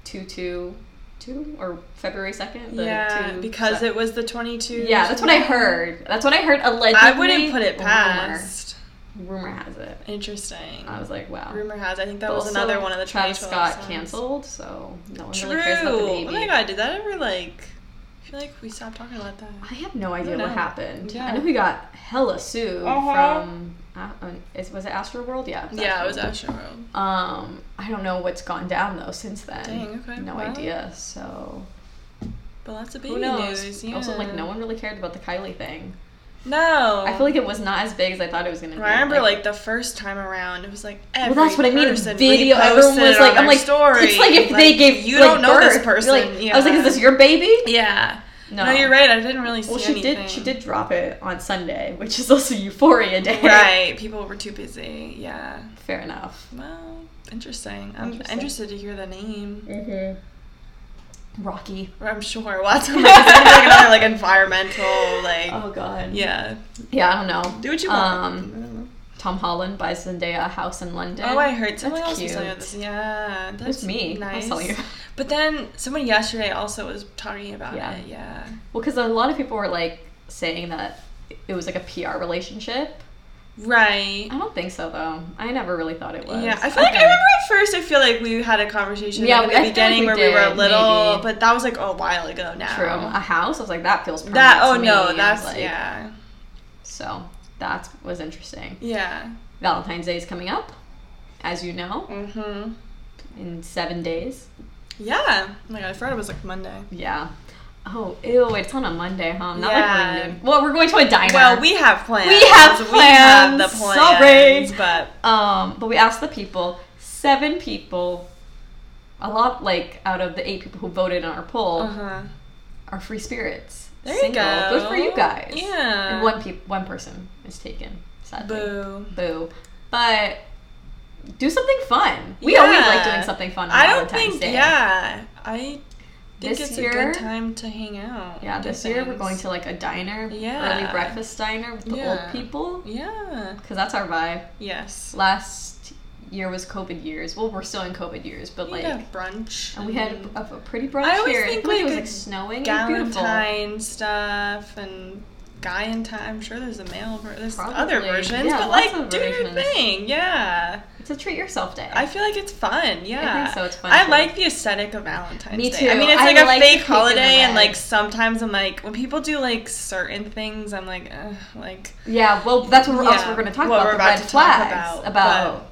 Speaker 2: 2 2 2 or February 2nd the
Speaker 1: yeah.
Speaker 2: two-
Speaker 1: because it was the 22.
Speaker 2: yeah that's what I heard that's what I heard allegedly
Speaker 1: I wouldn't put it past.
Speaker 2: rumor, rumor has it
Speaker 1: Interesting.
Speaker 2: I was like wow
Speaker 1: Rumor has. I think that
Speaker 2: But
Speaker 1: was
Speaker 2: also,
Speaker 1: another one of the
Speaker 2: Travis
Speaker 1: 2012
Speaker 2: Scott
Speaker 1: songs.
Speaker 2: canceled so no one
Speaker 1: True.
Speaker 2: really cares about the baby
Speaker 1: Oh my god, did that ever like? I feel like we stopped talking about that.
Speaker 2: I have no idea
Speaker 1: Who
Speaker 2: what
Speaker 1: knows?
Speaker 2: happened. I
Speaker 1: Yeah.
Speaker 2: know he got hella sued
Speaker 1: Uh-huh.
Speaker 2: from. Uh, uh, is, was it Astro World? Yeah. it was
Speaker 1: yeah, it was
Speaker 2: Astroworld.
Speaker 1: Astro World.
Speaker 2: Um, I don't know what's gone down though since then.
Speaker 1: Dang, okay,
Speaker 2: No
Speaker 1: wow.
Speaker 2: idea. So
Speaker 1: But lots of
Speaker 2: who
Speaker 1: baby
Speaker 2: knows?
Speaker 1: news. Yeah.
Speaker 2: Also, like no one really cared about the Kylie thing.
Speaker 1: No.
Speaker 2: I feel like it was not as big as I thought it was gonna be.
Speaker 1: I remember like, the first time around, it was like every
Speaker 2: well, that's what I mean.
Speaker 1: person
Speaker 2: Video.
Speaker 1: reposted
Speaker 2: Everyone
Speaker 1: it
Speaker 2: was
Speaker 1: on
Speaker 2: like,
Speaker 1: their
Speaker 2: I'm like,
Speaker 1: story.
Speaker 2: it's like if they gave
Speaker 1: you
Speaker 2: like,
Speaker 1: don't know this
Speaker 2: birth. You're
Speaker 1: person.
Speaker 2: like-
Speaker 1: yeah.
Speaker 2: I was like, is this your baby?
Speaker 1: Yeah.
Speaker 2: No,
Speaker 1: you're right. I didn't really see
Speaker 2: Well, she
Speaker 1: anything.
Speaker 2: did. She did drop it on Sunday, which is also Euphoria Day.
Speaker 1: Right. People were too busy. Yeah.
Speaker 2: Fair enough.
Speaker 1: Well, interesting. I'm
Speaker 2: Interesting.
Speaker 1: interested to hear the name.
Speaker 2: Mm-hmm. Rocky.
Speaker 1: I'm sure lots of like, it's gonna be like another like environmental like
Speaker 2: Oh God.
Speaker 1: yeah.
Speaker 2: Yeah, I don't know.
Speaker 1: Do what you want.
Speaker 2: Um,
Speaker 1: I don't know.
Speaker 2: Tom Holland buys Zendaya a house in London.
Speaker 1: Oh, I heard someone else
Speaker 2: that's
Speaker 1: was telling you
Speaker 2: cute.
Speaker 1: this. Yeah,
Speaker 2: It
Speaker 1: that's
Speaker 2: was me. I was
Speaker 1: Nice.
Speaker 2: telling you.
Speaker 1: But then someone yesterday also was talking about
Speaker 2: Yeah.
Speaker 1: it. Yeah.
Speaker 2: Well, because a lot of people were like saying that it was like a PR relationship.
Speaker 1: Right.
Speaker 2: I don't think so though. I never really thought it was.
Speaker 1: Yeah, I feel like I
Speaker 2: Okay.
Speaker 1: remember at first. I feel like we had a conversation
Speaker 2: Yeah,
Speaker 1: like,
Speaker 2: we-
Speaker 1: at
Speaker 2: I
Speaker 1: the
Speaker 2: feel like
Speaker 1: beginning
Speaker 2: we
Speaker 1: where we were
Speaker 2: did,
Speaker 1: little,
Speaker 2: maybe.
Speaker 1: but that was like a while ago now.
Speaker 2: True. A house. I was like, that feels permanent
Speaker 1: That oh
Speaker 2: to me. I
Speaker 1: no,
Speaker 2: was
Speaker 1: that's
Speaker 2: like-
Speaker 1: yeah,
Speaker 2: So that was interesting.
Speaker 1: yeah.
Speaker 2: Valentine's Day is coming up, as you know,
Speaker 1: Mhm.
Speaker 2: in seven days.
Speaker 1: Yeah. Oh my god, I forgot it was like Monday.
Speaker 2: Yeah. Oh, ew! It's on a Monday, huh? Not
Speaker 1: Yeah.
Speaker 2: like we're even- well, we're going to a diner.
Speaker 1: Well, we have plans.
Speaker 2: We have
Speaker 1: We have the plans.
Speaker 2: plans.
Speaker 1: But
Speaker 2: Um, but we asked the people, seven people, a lot like out of the eight people who voted on our poll
Speaker 1: uh huh.
Speaker 2: are free spirits.
Speaker 1: There you
Speaker 2: Single.
Speaker 1: go.
Speaker 2: Good for you guys.
Speaker 1: Yeah.
Speaker 2: And one peop one person is taken. Sadly.
Speaker 1: Boo.
Speaker 2: Boo. But do something fun. We
Speaker 1: Yeah.
Speaker 2: always like doing something fun on
Speaker 1: I don't
Speaker 2: Valentine's
Speaker 1: think.
Speaker 2: Day.
Speaker 1: Yeah. I think
Speaker 2: This
Speaker 1: it's
Speaker 2: year,
Speaker 1: a good time to hang out.
Speaker 2: Yeah,
Speaker 1: and do
Speaker 2: this year we're
Speaker 1: things.
Speaker 2: going to like a diner,
Speaker 1: Yeah.
Speaker 2: early breakfast diner with the
Speaker 1: Yeah.
Speaker 2: old people,
Speaker 1: Yeah.
Speaker 2: because that's our vibe.
Speaker 1: Yes.
Speaker 2: Last year was COVID years. Well, we're still in COVID years, but
Speaker 1: we
Speaker 2: like,
Speaker 1: could have brunch.
Speaker 2: and we had a, a pretty brunch
Speaker 1: I always
Speaker 2: here. and
Speaker 1: think,
Speaker 2: it was
Speaker 1: like,
Speaker 2: like,
Speaker 1: a
Speaker 2: snowing and beautiful.
Speaker 1: Galentine stuff and guy in time. I'm sure there's a male ver- there's other
Speaker 2: Probably.
Speaker 1: versions,
Speaker 2: Yeah,
Speaker 1: but like
Speaker 2: lots of
Speaker 1: do your
Speaker 2: versions.
Speaker 1: thing. Yeah,
Speaker 2: It's a treat yourself day.
Speaker 1: I feel like it's fun. Yeah,
Speaker 2: so, it's fun,
Speaker 1: I
Speaker 2: too.
Speaker 1: like the aesthetic of Valentine's
Speaker 2: Me
Speaker 1: Day.
Speaker 2: too.
Speaker 1: I mean, it's
Speaker 2: I
Speaker 1: like a
Speaker 2: like the
Speaker 1: fake
Speaker 2: pink and the
Speaker 1: holiday, and
Speaker 2: red.
Speaker 1: like sometimes I'm like when people do like certain things, I'm like Ugh, like
Speaker 2: yeah, well, that's what else
Speaker 1: Yeah,
Speaker 2: we're going to talk
Speaker 1: what
Speaker 2: about.
Speaker 1: we're
Speaker 2: the
Speaker 1: about
Speaker 2: red
Speaker 1: to talk
Speaker 2: flags
Speaker 1: about,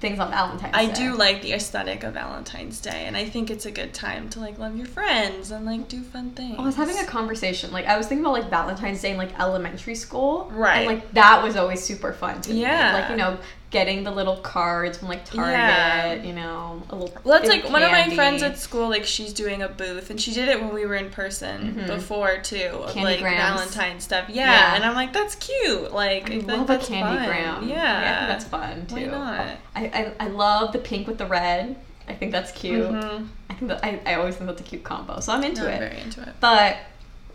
Speaker 2: things on Valentine's.
Speaker 1: I
Speaker 2: Day.
Speaker 1: do like the aesthetic of Valentine's Day, and I think it's a good time to like love your friends and like do fun things.
Speaker 2: I was having a conversation. Like I was thinking about like Valentine's Day in like elementary school.
Speaker 1: Right.
Speaker 2: And like that was always super fun to me.
Speaker 1: Yeah.
Speaker 2: Like, you know, getting the little cards from like Target,
Speaker 1: Yeah.
Speaker 2: you know, a little
Speaker 1: Well, that's
Speaker 2: bit
Speaker 1: like one of my
Speaker 2: candy.
Speaker 1: friends at school. Like she's doing a booth, and she did it when we were in person
Speaker 2: Mhm.
Speaker 1: before too, of
Speaker 2: Candy
Speaker 1: like
Speaker 2: grams.
Speaker 1: Valentine stuff. Yeah.
Speaker 2: Yeah.
Speaker 1: and I'm like, that's cute. Like
Speaker 2: I
Speaker 1: think
Speaker 2: love a
Speaker 1: that's
Speaker 2: candy
Speaker 1: fun.
Speaker 2: gram.
Speaker 1: Yeah,
Speaker 2: I think that's fun too.
Speaker 1: Why not?
Speaker 2: I, I I love the pink with the red. I think that's cute.
Speaker 1: Mhm.
Speaker 2: I think that I, I always think that's a cute combo. So I'm into
Speaker 1: No, I'm
Speaker 2: it.
Speaker 1: very into it.
Speaker 2: But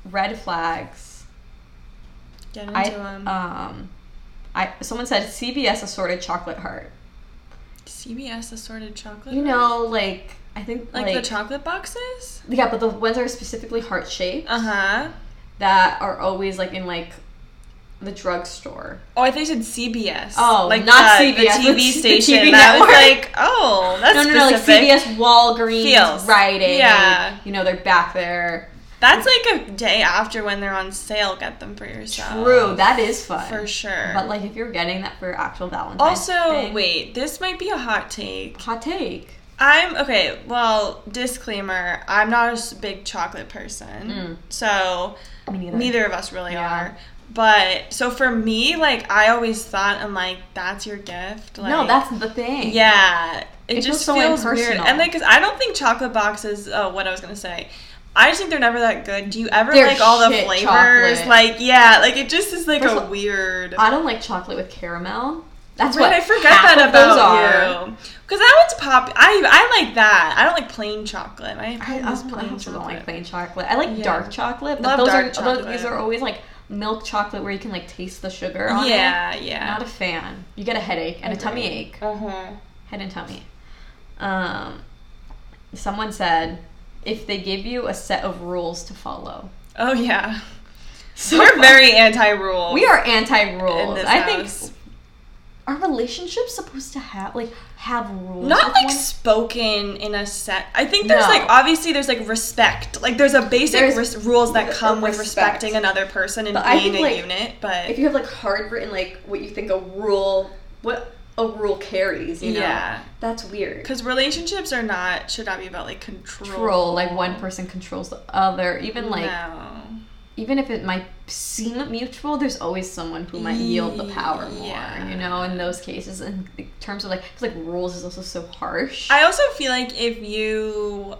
Speaker 2: red flags.
Speaker 1: Get into
Speaker 2: I
Speaker 1: them.
Speaker 2: um I someone said CVS assorted chocolate heart.
Speaker 1: CBS assorted chocolate.
Speaker 2: You
Speaker 1: bar?
Speaker 2: know, like I think
Speaker 1: like, the chocolate boxes.
Speaker 2: Yeah, but the ones that are specifically heart shaped
Speaker 1: Uh huh.
Speaker 2: that are always like in like the drugstore.
Speaker 1: Oh, I think you said CBS.
Speaker 2: Oh,
Speaker 1: like
Speaker 2: not
Speaker 1: the,
Speaker 2: CBS,
Speaker 1: the
Speaker 2: the
Speaker 1: TV
Speaker 2: t-
Speaker 1: station.
Speaker 2: TV
Speaker 1: that was
Speaker 2: network.
Speaker 1: like, oh, that's
Speaker 2: no, no,
Speaker 1: specific.
Speaker 2: no, like CVS, Walgreens,
Speaker 1: Feels.
Speaker 2: Rite Aid.
Speaker 1: Yeah.
Speaker 2: you know they're back there.
Speaker 1: That's like a day after when they're on sale. Get them for yourself.
Speaker 2: True, that is fun
Speaker 1: for sure.
Speaker 2: But like if you're getting that for your actual Valentine's.
Speaker 1: Also,
Speaker 2: thing-
Speaker 1: wait, this might be a hot take.
Speaker 2: hot take.
Speaker 1: I'm okay. Well, disclaimer: I'm not a s- big chocolate person,
Speaker 2: Mm.
Speaker 1: so
Speaker 2: Me neither.
Speaker 1: neither of us really
Speaker 2: Yeah.
Speaker 1: are. But so for me, like I always thought, I'm like, that's your gift. Like,
Speaker 2: no, that's the thing.
Speaker 1: yeah. It,
Speaker 2: It
Speaker 1: just
Speaker 2: feels so
Speaker 1: feels weird,
Speaker 2: impersonal.
Speaker 1: and like, 'cause I don't think chocolate boxes. Oh, what I was gonna say. I just think they're never that good. Do you ever
Speaker 2: They're
Speaker 1: like all the
Speaker 2: shit
Speaker 1: flavors?
Speaker 2: chocolate.
Speaker 1: Like, yeah, like it just is like
Speaker 2: First
Speaker 1: a
Speaker 2: of all,
Speaker 1: weird.
Speaker 2: I don't like chocolate with caramel. That's
Speaker 1: Right,
Speaker 2: what
Speaker 1: I forget
Speaker 2: half
Speaker 1: that
Speaker 2: of those
Speaker 1: about
Speaker 2: are.
Speaker 1: you. Because that one's pop. I I like that. I don't like plain chocolate. My
Speaker 2: I,
Speaker 1: problem
Speaker 2: I
Speaker 1: is
Speaker 2: also
Speaker 1: plain
Speaker 2: don't like
Speaker 1: chocolate.
Speaker 2: plain chocolate. I like
Speaker 1: Yeah.
Speaker 2: dark chocolate, but
Speaker 1: Love
Speaker 2: those
Speaker 1: dark
Speaker 2: are
Speaker 1: chocolate.
Speaker 2: those these are always like milk chocolate where you can like taste the sugar on it.
Speaker 1: Yeah, yeah.
Speaker 2: Not a fan. You get a headache and a uh-huh. tummy ache.
Speaker 1: Uh huh.
Speaker 2: Head and tummy. Um, someone said if they give you a set of rules to follow.
Speaker 1: Oh yeah.
Speaker 2: So
Speaker 1: We're very anti rule.
Speaker 2: we are anti rules.
Speaker 1: this
Speaker 2: I
Speaker 1: house.
Speaker 2: think our relationships supposed to have like have rules.
Speaker 1: Not
Speaker 2: with
Speaker 1: like
Speaker 2: one-
Speaker 1: spoken in a set. I think there's
Speaker 2: No.
Speaker 1: like obviously there's like respect. Like there's a basic
Speaker 2: There's
Speaker 1: res- rules that
Speaker 2: the- the
Speaker 1: come with
Speaker 2: respect.
Speaker 1: respecting another person and
Speaker 2: But I
Speaker 1: being
Speaker 2: think,
Speaker 1: a
Speaker 2: like,
Speaker 1: unit. But
Speaker 2: if you have like hard written like what you think a rule what a rule carries, you know.
Speaker 1: yeah,
Speaker 2: That's weird.
Speaker 1: because relationships are not should not be about like control.
Speaker 2: control like one person controls the other even like
Speaker 1: no.
Speaker 2: even if it might seem mutual, there's always someone who might yield the power more,
Speaker 1: Yeah.
Speaker 2: you know, in those cases. In terms of like, I feel like rules is also so harsh.
Speaker 1: I also feel like if you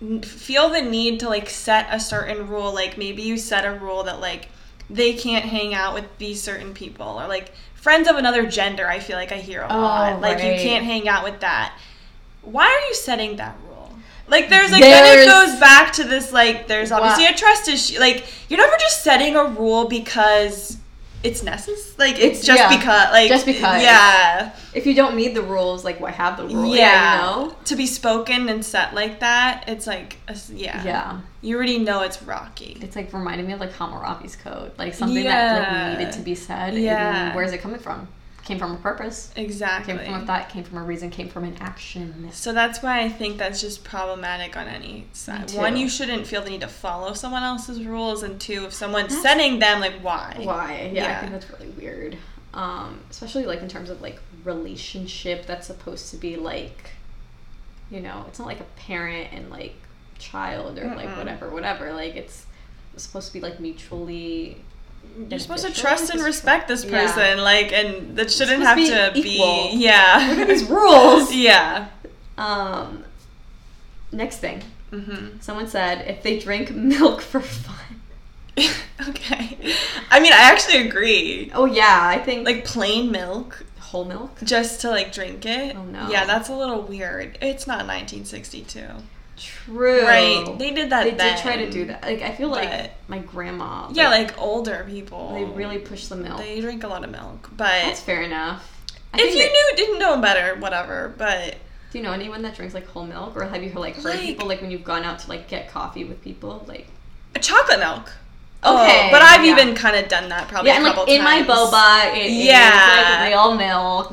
Speaker 1: n- feel the need to like set a certain rule, like maybe you set a rule that like they can't hang out with these certain people or like friends of another gender, I feel like I hear a
Speaker 2: Oh,
Speaker 1: lot. Like
Speaker 2: right.
Speaker 1: you can't hang out with that. Why are you setting that rule? Like there's like then it
Speaker 2: There's-
Speaker 1: goes back to this like there's
Speaker 2: Wha-
Speaker 1: obviously a trust issue. Like you're never just setting a rule because it's necessary. Like it's just
Speaker 2: Yeah.
Speaker 1: because like
Speaker 2: Just because.
Speaker 1: Yeah
Speaker 2: if you don't need the rules, like why have the rule?
Speaker 1: yeah
Speaker 2: you know?
Speaker 1: to be spoken and set like that it's like a s- yeah
Speaker 2: yeah.
Speaker 1: you already know it's rocky
Speaker 2: It's like reminding me of like Hammurabi's code, like something that
Speaker 1: Yeah.
Speaker 2: like needed to be said. and
Speaker 1: Yeah.
Speaker 2: where's it coming from? Came from a purpose.
Speaker 1: exactly
Speaker 2: Came from a thought. Came from a reason. Came from an action.
Speaker 1: so that's why i think that's just problematic on any side
Speaker 2: too.
Speaker 1: one you shouldn't feel the need to follow someone else's rules and two if someone's
Speaker 2: That's-
Speaker 1: setting them like why
Speaker 2: Why? Yeah, I
Speaker 1: Yeah.
Speaker 2: think that's really weird. Um, especially like in terms of like relationship that's supposed to be like, you know, it's not like a parent and like child or like
Speaker 1: Mm-mm.
Speaker 2: whatever, whatever. Like it's supposed to be like mutually.
Speaker 1: you're supposed to
Speaker 2: beneficial,
Speaker 1: trust
Speaker 2: like,
Speaker 1: and
Speaker 2: this-
Speaker 1: respect this
Speaker 2: Yeah.
Speaker 1: person like and that shouldn't have
Speaker 2: supposed
Speaker 1: to
Speaker 2: to be
Speaker 1: be,
Speaker 2: equal.
Speaker 1: yeah
Speaker 2: Look at these rules.
Speaker 1: yeah
Speaker 2: Um, next thing,
Speaker 1: hmm
Speaker 2: someone said if they drink milk for fun.
Speaker 1: okay i mean i actually agree
Speaker 2: Oh yeah, I think like
Speaker 1: like plain milk
Speaker 2: whole milk.
Speaker 1: just to like drink it.
Speaker 2: Oh, no.
Speaker 1: Yeah, that's a little weird. It's not 1962.
Speaker 2: True.
Speaker 1: Right. They did that
Speaker 2: They
Speaker 1: then.
Speaker 2: did try to do that. Like I feel like
Speaker 1: But-
Speaker 2: my grandma.
Speaker 1: Yeah, like older people.
Speaker 2: They really push the milk.
Speaker 1: they drink a lot of milk, but
Speaker 2: That's fair enough. I
Speaker 1: if
Speaker 2: think
Speaker 1: you
Speaker 2: that-
Speaker 1: knew didn't know better, whatever, but
Speaker 2: do you know anyone that drinks like whole milk, or have you like heard
Speaker 1: Like-
Speaker 2: people like when you've gone out to like get coffee with people, like
Speaker 1: chocolate milk.
Speaker 2: Okay,
Speaker 1: Oh, but I've
Speaker 2: yeah.
Speaker 1: even kind of done that probably
Speaker 2: yeah, and
Speaker 1: a
Speaker 2: like
Speaker 1: couple
Speaker 2: in my
Speaker 1: times.
Speaker 2: boba, it is,
Speaker 1: Yeah.
Speaker 2: like real milk.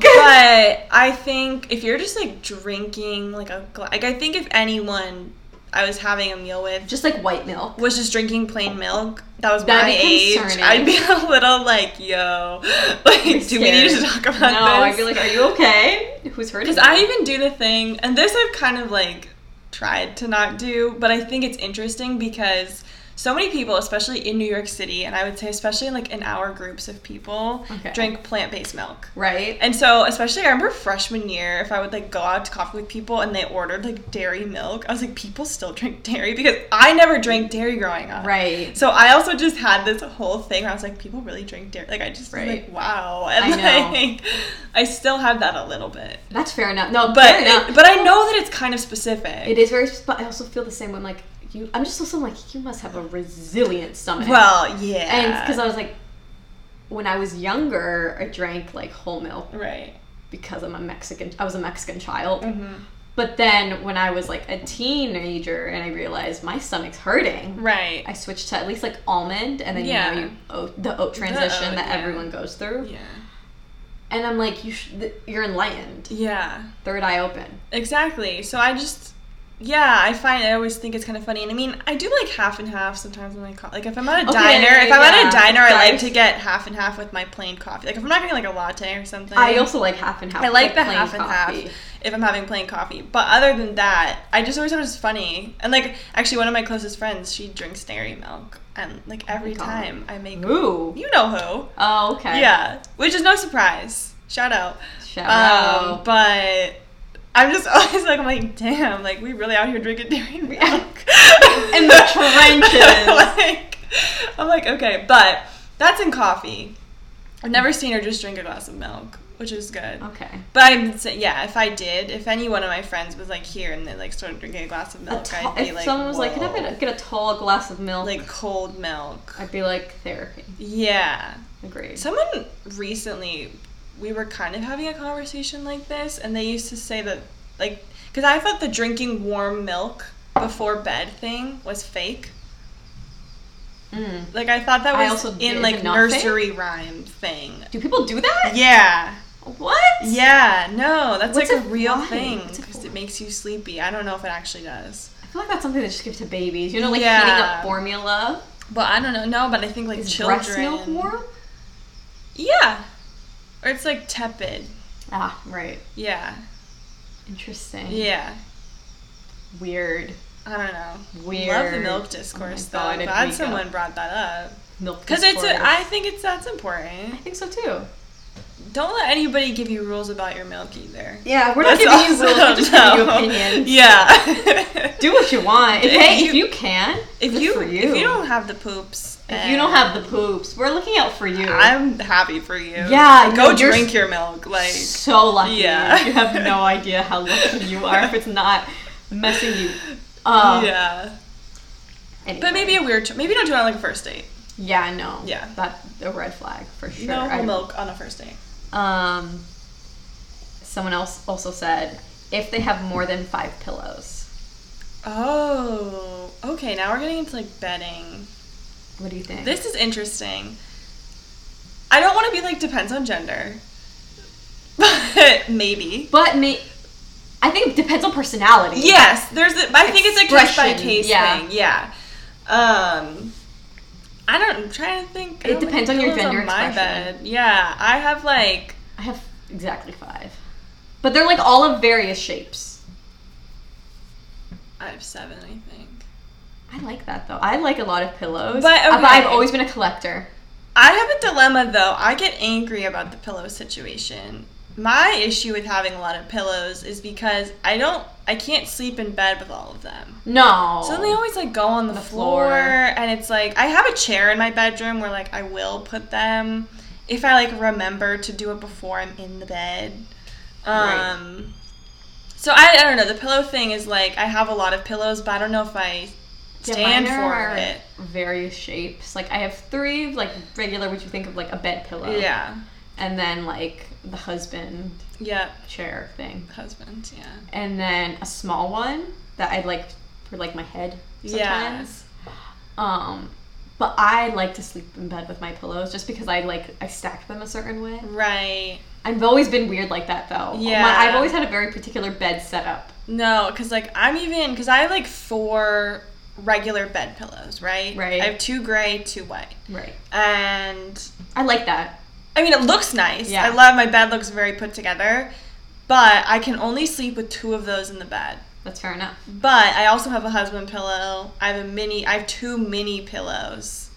Speaker 1: but I think if you're just like drinking like a gla- like I think if anyone I was having a meal with
Speaker 2: Just like white milk.
Speaker 1: was just drinking plain milk that was
Speaker 2: That'd
Speaker 1: my
Speaker 2: be
Speaker 1: age,
Speaker 2: concerning.
Speaker 1: I'd be a little like, yo, like, do we need to
Speaker 2: Scared.
Speaker 1: talk about
Speaker 2: no,
Speaker 1: this?
Speaker 2: I'd be like, are you okay? Who's hurting?
Speaker 1: because
Speaker 2: you?
Speaker 1: I even do the thing, and this I've kind of like tried to not do, but I think it's interesting because so many people, especially in New York City, and I would say especially in like in our groups of people,
Speaker 2: Okay.
Speaker 1: drink plant based milk.
Speaker 2: right.
Speaker 1: And so, especially, I remember freshman year, if I would like go out to coffee with people and they ordered like dairy milk, I was like, people still drink dairy because I never drank dairy growing up.
Speaker 2: Right.
Speaker 1: So I also just had this whole thing where I was like, people really drink dairy. Like I just was
Speaker 2: Right.
Speaker 1: like, wow. And
Speaker 2: I know.
Speaker 1: like, I still have that a little bit,
Speaker 2: That's fair enough. No,
Speaker 1: but
Speaker 2: fair enough.
Speaker 1: but I know that it's kind of specific.
Speaker 2: It is very. sp- But I also feel the same when like you. I'm just also like you must have a resilient stomach.
Speaker 1: Well,
Speaker 2: and
Speaker 1: yeah.
Speaker 2: because I was like, when I was younger, I drank like whole milk
Speaker 1: right.
Speaker 2: because I'm a Mexican. I was a Mexican child.
Speaker 1: Mhm.
Speaker 2: But then when I was like a teenager and I realized my stomach's hurting,
Speaker 1: Right.
Speaker 2: I switched to at least like almond, and then
Speaker 1: Yeah.
Speaker 2: you know you oat, the oat transition
Speaker 1: oat,
Speaker 2: that
Speaker 1: yeah.
Speaker 2: everyone goes through.
Speaker 1: yeah.
Speaker 2: And I'm like, you sh- th- you're enlightened.
Speaker 1: Yeah.
Speaker 2: Third eye open.
Speaker 1: Exactly. So I just, yeah, I find I always think it's kind of funny, and I mean, I do like half and half sometimes when I co- like if I'm at a
Speaker 2: Okay,
Speaker 1: diner, if I'm at
Speaker 2: yeah.
Speaker 1: a diner, I like
Speaker 2: Right.
Speaker 1: to get half and half with my plain coffee. Like if I'm not getting like a latte or something,
Speaker 2: I also like half and half.
Speaker 1: I like the
Speaker 2: plain
Speaker 1: half and
Speaker 2: coffee.
Speaker 1: half if I'm having plain coffee. But other than that, I just always thought it was funny. And like, actually, one of my closest friends, she drinks dairy milk, and like every
Speaker 2: Oh God.
Speaker 1: time I make,
Speaker 2: Ooh.
Speaker 1: you know who,
Speaker 2: Oh, okay.
Speaker 1: yeah, which is no surprise. Shout out.
Speaker 2: Shout
Speaker 1: Um,
Speaker 2: out.
Speaker 1: but I'm just always like, I'm like, damn, like we really out here drinking dairy milk
Speaker 2: In the trenches.
Speaker 1: like, I'm like, okay, but that's in coffee. I've never seen her just drink a glass of milk, which is good.
Speaker 2: okay.
Speaker 1: But I'm sa- yeah, if I did, if any one of my friends was like here and they like started drinking a glass of
Speaker 2: A
Speaker 1: milk,
Speaker 2: ta-
Speaker 1: I'd be
Speaker 2: if
Speaker 1: like,
Speaker 2: someone was like, "Can I
Speaker 1: "Whoa."
Speaker 2: get a, get a tall glass of milk?"
Speaker 1: like cold milk?
Speaker 2: I'd be like, "Therapy."
Speaker 1: Yeah.
Speaker 2: Agreed.
Speaker 1: Someone recently, we were kind of having a conversation like this, and they used to say that, like, because I thought the drinking warm milk before bed thing was fake.
Speaker 2: Mm.
Speaker 1: Like, I thought that
Speaker 2: I
Speaker 1: was
Speaker 2: also- is
Speaker 1: in,
Speaker 2: it
Speaker 1: like,
Speaker 2: not fake?
Speaker 1: nursery rhyme thing.
Speaker 2: Do people do that?
Speaker 1: Yeah.
Speaker 2: What?
Speaker 1: Yeah, no, that's
Speaker 2: What's
Speaker 1: like a
Speaker 2: it
Speaker 1: real
Speaker 2: like?
Speaker 1: thing
Speaker 2: What's it
Speaker 1: because
Speaker 2: like?
Speaker 1: it makes you sleepy. I don't know if it actually does.
Speaker 2: I feel like that's something they just give to babies. You know, like
Speaker 1: Yeah.
Speaker 2: heating up formula.
Speaker 1: But I don't know. No, but I think like
Speaker 2: Is
Speaker 1: children.
Speaker 2: breast milk warm?
Speaker 1: Yeah. Or it's like tepid.
Speaker 2: Ah, right.
Speaker 1: Yeah.
Speaker 2: Interesting.
Speaker 1: Yeah.
Speaker 2: Weird.
Speaker 1: I don't know.
Speaker 2: Weird.
Speaker 1: Love the milk
Speaker 2: Oh my
Speaker 1: discourse
Speaker 2: God,
Speaker 1: though.
Speaker 2: if
Speaker 1: Glad
Speaker 2: we go-
Speaker 1: someone brought that up.
Speaker 2: milk.
Speaker 1: Because it's,
Speaker 2: I
Speaker 1: a, I think it's that's important.
Speaker 2: think so too.
Speaker 1: Don't let anybody give you rules about your milk either.
Speaker 2: Yeah, we're
Speaker 1: That's
Speaker 2: not giving you rules. We're
Speaker 1: awesome.
Speaker 2: just giving you
Speaker 1: No.
Speaker 2: opinions.
Speaker 1: Yeah.
Speaker 2: Do what you want.
Speaker 1: If
Speaker 2: hey,
Speaker 1: you-
Speaker 2: if you can,
Speaker 1: if
Speaker 2: good
Speaker 1: you,
Speaker 2: for you,
Speaker 1: if you don't have the poops,
Speaker 2: if you don't have the poops, we're looking out for you.
Speaker 1: I'm happy for you.
Speaker 2: Yeah,
Speaker 1: go
Speaker 2: no, you're
Speaker 1: drink your milk. Like
Speaker 2: so lucky.
Speaker 1: Yeah.
Speaker 2: You have no idea how lucky you are if it's not messing you up.
Speaker 1: yeah,
Speaker 2: Anyway.
Speaker 1: but maybe a weird. Maybe don't do it on like a first date.
Speaker 2: Yeah, no.
Speaker 1: Yeah.
Speaker 2: That's a red flag for sure.
Speaker 1: no
Speaker 2: I-
Speaker 1: whole milk on a first date.
Speaker 2: Um, someone else also said if they have more than five pillows.
Speaker 1: Oh, okay. Now we're getting into like bedding.
Speaker 2: What do you think?
Speaker 1: This is interesting. I don't want to be like depends on gender, but maybe.
Speaker 2: but me, I think it depends on personality.
Speaker 1: Yes, there's. A, I think it's a case by
Speaker 2: Expression,
Speaker 1: case
Speaker 2: yeah.
Speaker 1: thing. Yeah. Um, I don't. I'm trying to think. I
Speaker 2: It
Speaker 1: don't have
Speaker 2: depends
Speaker 1: any
Speaker 2: on your
Speaker 1: pillows
Speaker 2: gender
Speaker 1: my
Speaker 2: expression.
Speaker 1: bed. Yeah, I have like.
Speaker 2: I have exactly five, but they're like all of various shapes.
Speaker 1: I have seven, I think.
Speaker 2: I like that though. I like a lot of pillows,
Speaker 1: But,
Speaker 2: uh,
Speaker 1: okay.
Speaker 2: I've always been a collector.
Speaker 1: I have a dilemma though. I get angry about the pillow situation. My issue with having a lot of pillows is because I don't, I can't sleep in bed with all of them.
Speaker 2: No,
Speaker 1: So they always like go on the,
Speaker 2: The
Speaker 1: floor,
Speaker 2: floor.
Speaker 1: and it's like I have a chair in my bedroom where like I will put them if I like remember to do it before I'm in the bed.
Speaker 2: Right.
Speaker 1: Um So I, I don't know, the pillow thing is like I have a lot of pillows, but I don't know if I
Speaker 2: Yeah,
Speaker 1: stand
Speaker 2: mine
Speaker 1: for
Speaker 2: are
Speaker 1: it.
Speaker 2: Various shapes. Like I have three, like regular, which you think of like a bed pillow.
Speaker 1: Yeah.
Speaker 2: and then like the husband
Speaker 1: Yep.
Speaker 2: chair thing.
Speaker 1: Husband, yeah.
Speaker 2: and then a small one that I like for like my head sometimes. Um, but I like to sleep in bed with my pillows just because I like I stack them a certain way.
Speaker 1: Right.
Speaker 2: I've always been weird like that though.
Speaker 1: Yeah.
Speaker 2: My- I've always had a very particular bed setup.
Speaker 1: No, because like I'm even because I have like four regular bed pillows, right?
Speaker 2: Right.
Speaker 1: I have two gray, two white,
Speaker 2: Right.
Speaker 1: and
Speaker 2: I like that.
Speaker 1: I mean it looks nice.
Speaker 2: Yeah.
Speaker 1: I love my bed looks very put together, but I can only sleep with two of those in the bed.
Speaker 2: That's fair enough.
Speaker 1: But I also have a husband pillow. I have a mini. I have two mini pillows.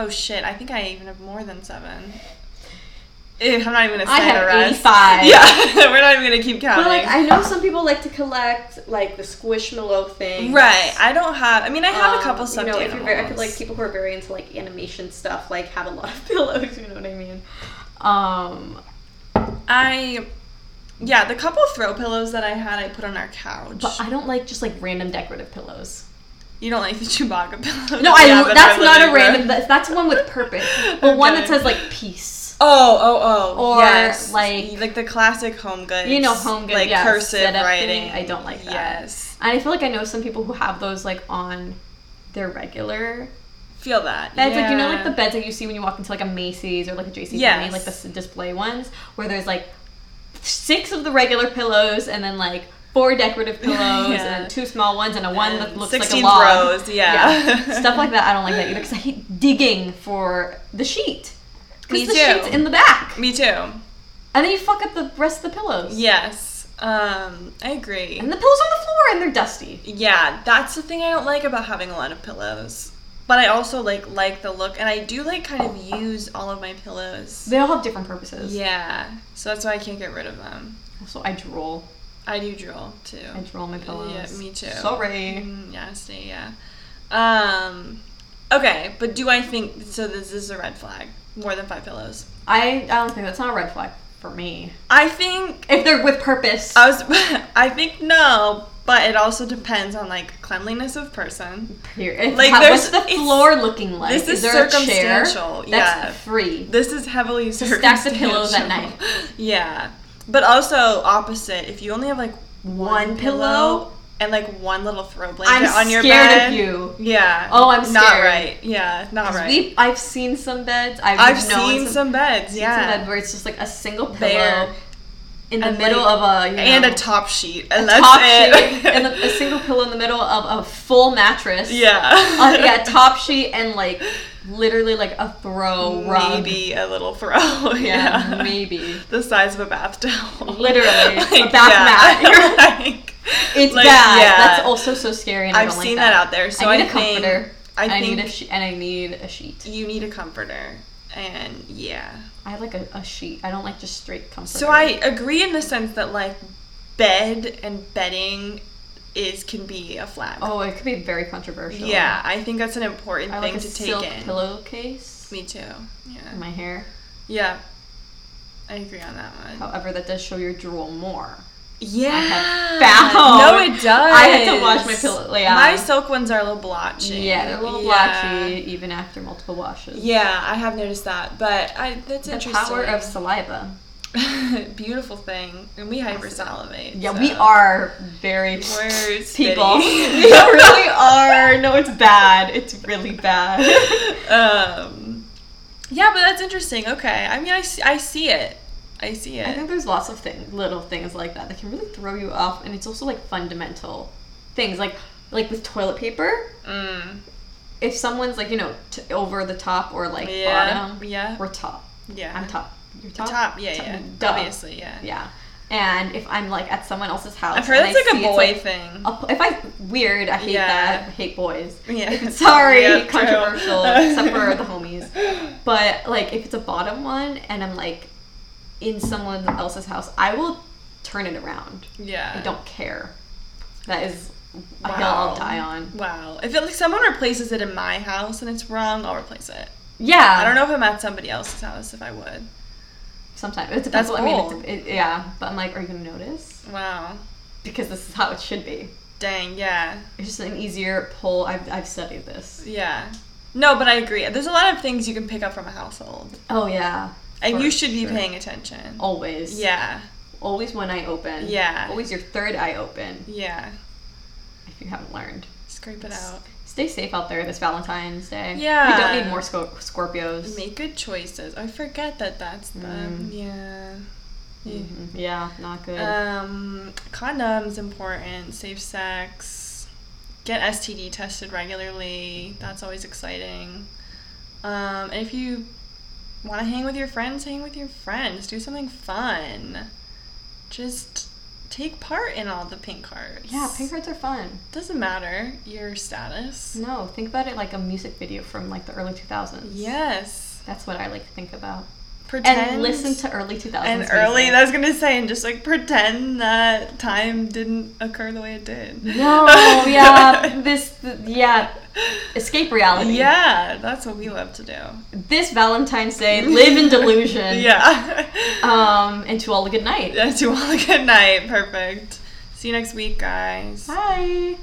Speaker 1: Oh shit! I think I even have more than seven. Ew, I'm not even gonna
Speaker 2: I
Speaker 1: say
Speaker 2: have
Speaker 1: the rest.
Speaker 2: 85.
Speaker 1: Yeah, we're not even gonna keep counting.
Speaker 2: But like I know some people like to collect like the squishmallow thing.
Speaker 1: Right. I don't have. I mean, I have a couple
Speaker 2: Um,
Speaker 1: stuffed
Speaker 2: you know, if
Speaker 1: animals.
Speaker 2: you're very, I feel like people who are very into like animation stuff like have a lot of pillows. You know what I mean? Um,
Speaker 1: I, yeah, the couple throw pillows that I had, I put on our couch.
Speaker 2: but I don't like just like random decorative pillows.
Speaker 1: you don't like the Chewbacca pillow?
Speaker 2: No, I that's not a random. That's, that's one with purpose, but one
Speaker 1: Okay.
Speaker 2: that says like peace.
Speaker 1: Oh, oh, oh.
Speaker 2: Or,
Speaker 1: yes.
Speaker 2: like-
Speaker 1: like the classic home goods.
Speaker 2: You know, home good,
Speaker 1: like
Speaker 2: yeah,
Speaker 1: cursive
Speaker 2: setup
Speaker 1: writing.
Speaker 2: thing. I don't like that.
Speaker 1: Yes,
Speaker 2: And I feel like I know some people who have those like on their regular
Speaker 1: feel that.
Speaker 2: beds, like you know, like
Speaker 1: Yeah.
Speaker 2: the beds that you see when you walk into like a Macy's or like a JC
Speaker 1: Yes.
Speaker 2: like the s- display ones, where there's like six of the regular pillows and then like four decorative pillows
Speaker 1: Yeah.
Speaker 2: and two small ones and a one that
Speaker 1: And
Speaker 2: looks like a
Speaker 1: 16
Speaker 2: log.
Speaker 1: rows, yeah.
Speaker 2: stuff like that. I don't like that either because I hate digging for the sheet.
Speaker 1: Me
Speaker 2: Because the
Speaker 1: too.
Speaker 2: sheet's in the back,
Speaker 1: Me too.
Speaker 2: and then you fuck up the rest of the pillows.
Speaker 1: Yes, um, I agree.
Speaker 2: And the pillows on the floor and they're dusty.
Speaker 1: Yeah, that's the thing I don't like about having a lot of pillows. But I also like like the look and I do like kind of use all of my pillows.
Speaker 2: They all have different purposes.
Speaker 1: Yeah. So that's why I can't get rid of them.
Speaker 2: Also, I drool.
Speaker 1: I do drool too.
Speaker 2: I drool my pillows.
Speaker 1: Yeah, me too.
Speaker 2: Sorry.
Speaker 1: Mm, nasty, yeah. Um Okay, but do I think so this is a red flag. More than five pillows.
Speaker 2: I, I don't think that's not a red flag for me.
Speaker 1: I think
Speaker 2: If they're with purpose.
Speaker 1: I was I think no, but it also depends on like cleanliness of person.
Speaker 2: Period.
Speaker 1: Like,
Speaker 2: Like, How, what's the
Speaker 1: there's- it's-
Speaker 2: floor looking like?
Speaker 1: this is
Speaker 2: there a chair?
Speaker 1: circumstantial, yeah.
Speaker 2: That's free.
Speaker 1: This is heavily
Speaker 2: stack the pillows at
Speaker 1: circumstantial.
Speaker 2: night.
Speaker 1: Yeah, but also opposite. If you only have like one,
Speaker 2: One
Speaker 1: pillow,
Speaker 2: pillow?
Speaker 1: and like one little throw blanket
Speaker 2: I'm
Speaker 1: on your
Speaker 2: scared
Speaker 1: bed,
Speaker 2: of you.
Speaker 1: yeah.
Speaker 2: Oh, I'm
Speaker 1: not
Speaker 2: scared.
Speaker 1: right. Yeah, not
Speaker 2: 'Cause
Speaker 1: right.
Speaker 2: We, I've seen some beds. I've,
Speaker 1: I've
Speaker 2: known
Speaker 1: seen
Speaker 2: some,
Speaker 1: some beds,
Speaker 2: seen some
Speaker 1: yeah,
Speaker 2: bed where it's just like a single pillow
Speaker 1: Bare.
Speaker 2: in the
Speaker 1: And,
Speaker 2: middle
Speaker 1: like,
Speaker 2: of a you know,
Speaker 1: and a top sheet, and that's
Speaker 2: top
Speaker 1: it.
Speaker 2: sheet and a, a single pillow in the middle of a full mattress.
Speaker 1: yeah,
Speaker 2: Uh, yeah, top sheet and like literally like a throw rug.
Speaker 1: maybe a little throw.
Speaker 2: Yeah,
Speaker 1: Yeah,
Speaker 2: maybe.
Speaker 1: the size of a bath towel,
Speaker 2: Literally, a
Speaker 1: Like,
Speaker 2: bath
Speaker 1: yeah.
Speaker 2: mat. You're-
Speaker 1: like,
Speaker 2: It's
Speaker 1: like,
Speaker 2: bad.
Speaker 1: yeah.
Speaker 2: That's also so scary. And I
Speaker 1: I've
Speaker 2: don't
Speaker 1: seen
Speaker 2: like
Speaker 1: that.
Speaker 2: that.
Speaker 1: out there. So
Speaker 2: I
Speaker 1: I,
Speaker 2: need a
Speaker 1: think
Speaker 2: comforter.
Speaker 1: I,
Speaker 2: I,
Speaker 1: think
Speaker 2: need a she- and I need a sheet.
Speaker 1: you need a comforter, and yeah.
Speaker 2: I like a, a sheet. I don't like just straight comforter.
Speaker 1: So I agree in the sense that like bed and bedding is can be a flag.
Speaker 2: oh, it could be very controversial.
Speaker 1: yeah, I think that's an important
Speaker 2: I
Speaker 1: thing
Speaker 2: like a
Speaker 1: to take
Speaker 2: silk
Speaker 1: in.
Speaker 2: pillowcase.
Speaker 1: Me too. Yeah.
Speaker 2: in my hair.
Speaker 1: Yeah. I agree on that one.
Speaker 2: However, that does show your drool more.
Speaker 1: Yeah.
Speaker 2: have found-
Speaker 1: No, it does.
Speaker 2: I had to wash my pillow- yeah.
Speaker 1: My silk ones are a little blotchy.
Speaker 2: Yeah, they're a little
Speaker 1: Yeah.
Speaker 2: blotchy even after multiple washes.
Speaker 1: Yeah, I have noticed that, but I that's
Speaker 2: The
Speaker 1: interesting.
Speaker 2: power of saliva.
Speaker 1: beautiful thing, and we hypersalivate.
Speaker 2: Yeah,
Speaker 1: so.
Speaker 2: we are very
Speaker 1: We're
Speaker 2: people.
Speaker 1: spitty.
Speaker 2: we really are. No, it's bad. It's really bad.
Speaker 1: um, yeah, but that's interesting. Okay, I mean, I see, I see it. I see
Speaker 2: I
Speaker 1: it.
Speaker 2: think there's lots of things, little things like that that can really throw you off, and it's also like fundamental things, like like with toilet paper.
Speaker 1: Mm,
Speaker 2: If someone's like you know t- over the top or like
Speaker 1: yeah,
Speaker 2: bottom
Speaker 1: yeah,
Speaker 2: or top,
Speaker 1: yeah.
Speaker 2: I'm top. You're top.
Speaker 1: Top, yeah, yeah.
Speaker 2: Duh.
Speaker 1: Obviously, yeah.
Speaker 2: Yeah. And if I'm like at someone else's house,
Speaker 1: I've heard
Speaker 2: and
Speaker 1: that's like
Speaker 2: I
Speaker 1: a
Speaker 2: see Oh, it's,
Speaker 1: boy
Speaker 2: like,
Speaker 1: thing.
Speaker 2: I'll pu- if I weird, I hate
Speaker 1: Yeah.
Speaker 2: that. I hate boys.
Speaker 1: Yeah.
Speaker 2: If it's sorry,
Speaker 1: Yeah, true.
Speaker 2: controversial, except for the homies. But like, if it's a bottom one and I'm like in someone else's house, I will turn it around.
Speaker 1: Yeah.
Speaker 2: I don't care. That is a hill
Speaker 1: Uh. Wow.
Speaker 2: I'll die on.
Speaker 1: Wow. If it, like someone replaces it in my house and it's wrong, I'll replace it.
Speaker 2: Yeah.
Speaker 1: I don't know if I'm at somebody else's house if I would.
Speaker 2: Sometimes it
Speaker 1: That's
Speaker 2: depends. what- I mean,
Speaker 1: bold.
Speaker 2: it, it, yeah. But I'm like, are you gonna notice?
Speaker 1: Wow.
Speaker 2: Because this is how it should be.
Speaker 1: Dang. Yeah.
Speaker 2: It's just an easier pull. I've I've studied this.
Speaker 1: Yeah. No, but I agree. There's a lot of things you can pick up from a household,
Speaker 2: Oh yeah.
Speaker 1: and
Speaker 2: For
Speaker 1: you should be
Speaker 2: sure.
Speaker 1: paying attention.
Speaker 2: Always.
Speaker 1: Yeah.
Speaker 2: Always one eye open.
Speaker 1: Yeah.
Speaker 2: Always your third eye open.
Speaker 1: Yeah.
Speaker 2: If you haven't learned.
Speaker 1: Scrape it out.
Speaker 2: Stay safe out there this Valentine's Day.
Speaker 1: Yeah.
Speaker 2: We don't need more Scor- Scorpios.
Speaker 1: Make good choices. I forget that that's
Speaker 2: Mm.
Speaker 1: them. Yeah. Yeah.
Speaker 2: Mhm. Yeah. Not good.
Speaker 1: Um, condoms important. Safe sex. Get STD tested regularly. That's always exciting. Um, and if you want to hang with your friends, hang with your friends. Do something fun. Just take part in all the pink cards.
Speaker 2: yeah. Pink cards Mm. are fun.
Speaker 1: Doesn't matter your status.
Speaker 2: No. Think about it like a music video from like the early 2000s.
Speaker 1: Yes.
Speaker 2: That's what I like to think about.
Speaker 1: Pretend.
Speaker 2: And listen to early 2000s.
Speaker 1: and early.
Speaker 2: music.
Speaker 1: I was gonna say, and just like pretend that time didn't occur the way it did.
Speaker 2: No. Yeah. this. th- yeah. Escape reality.
Speaker 1: Yeah, that's what we love to do.
Speaker 2: This Valentine's Day, live in delusion.
Speaker 1: Yeah.
Speaker 2: Um. And to all a good night.
Speaker 1: to all a good night. Perfect. See you next week, guys.
Speaker 2: Bye.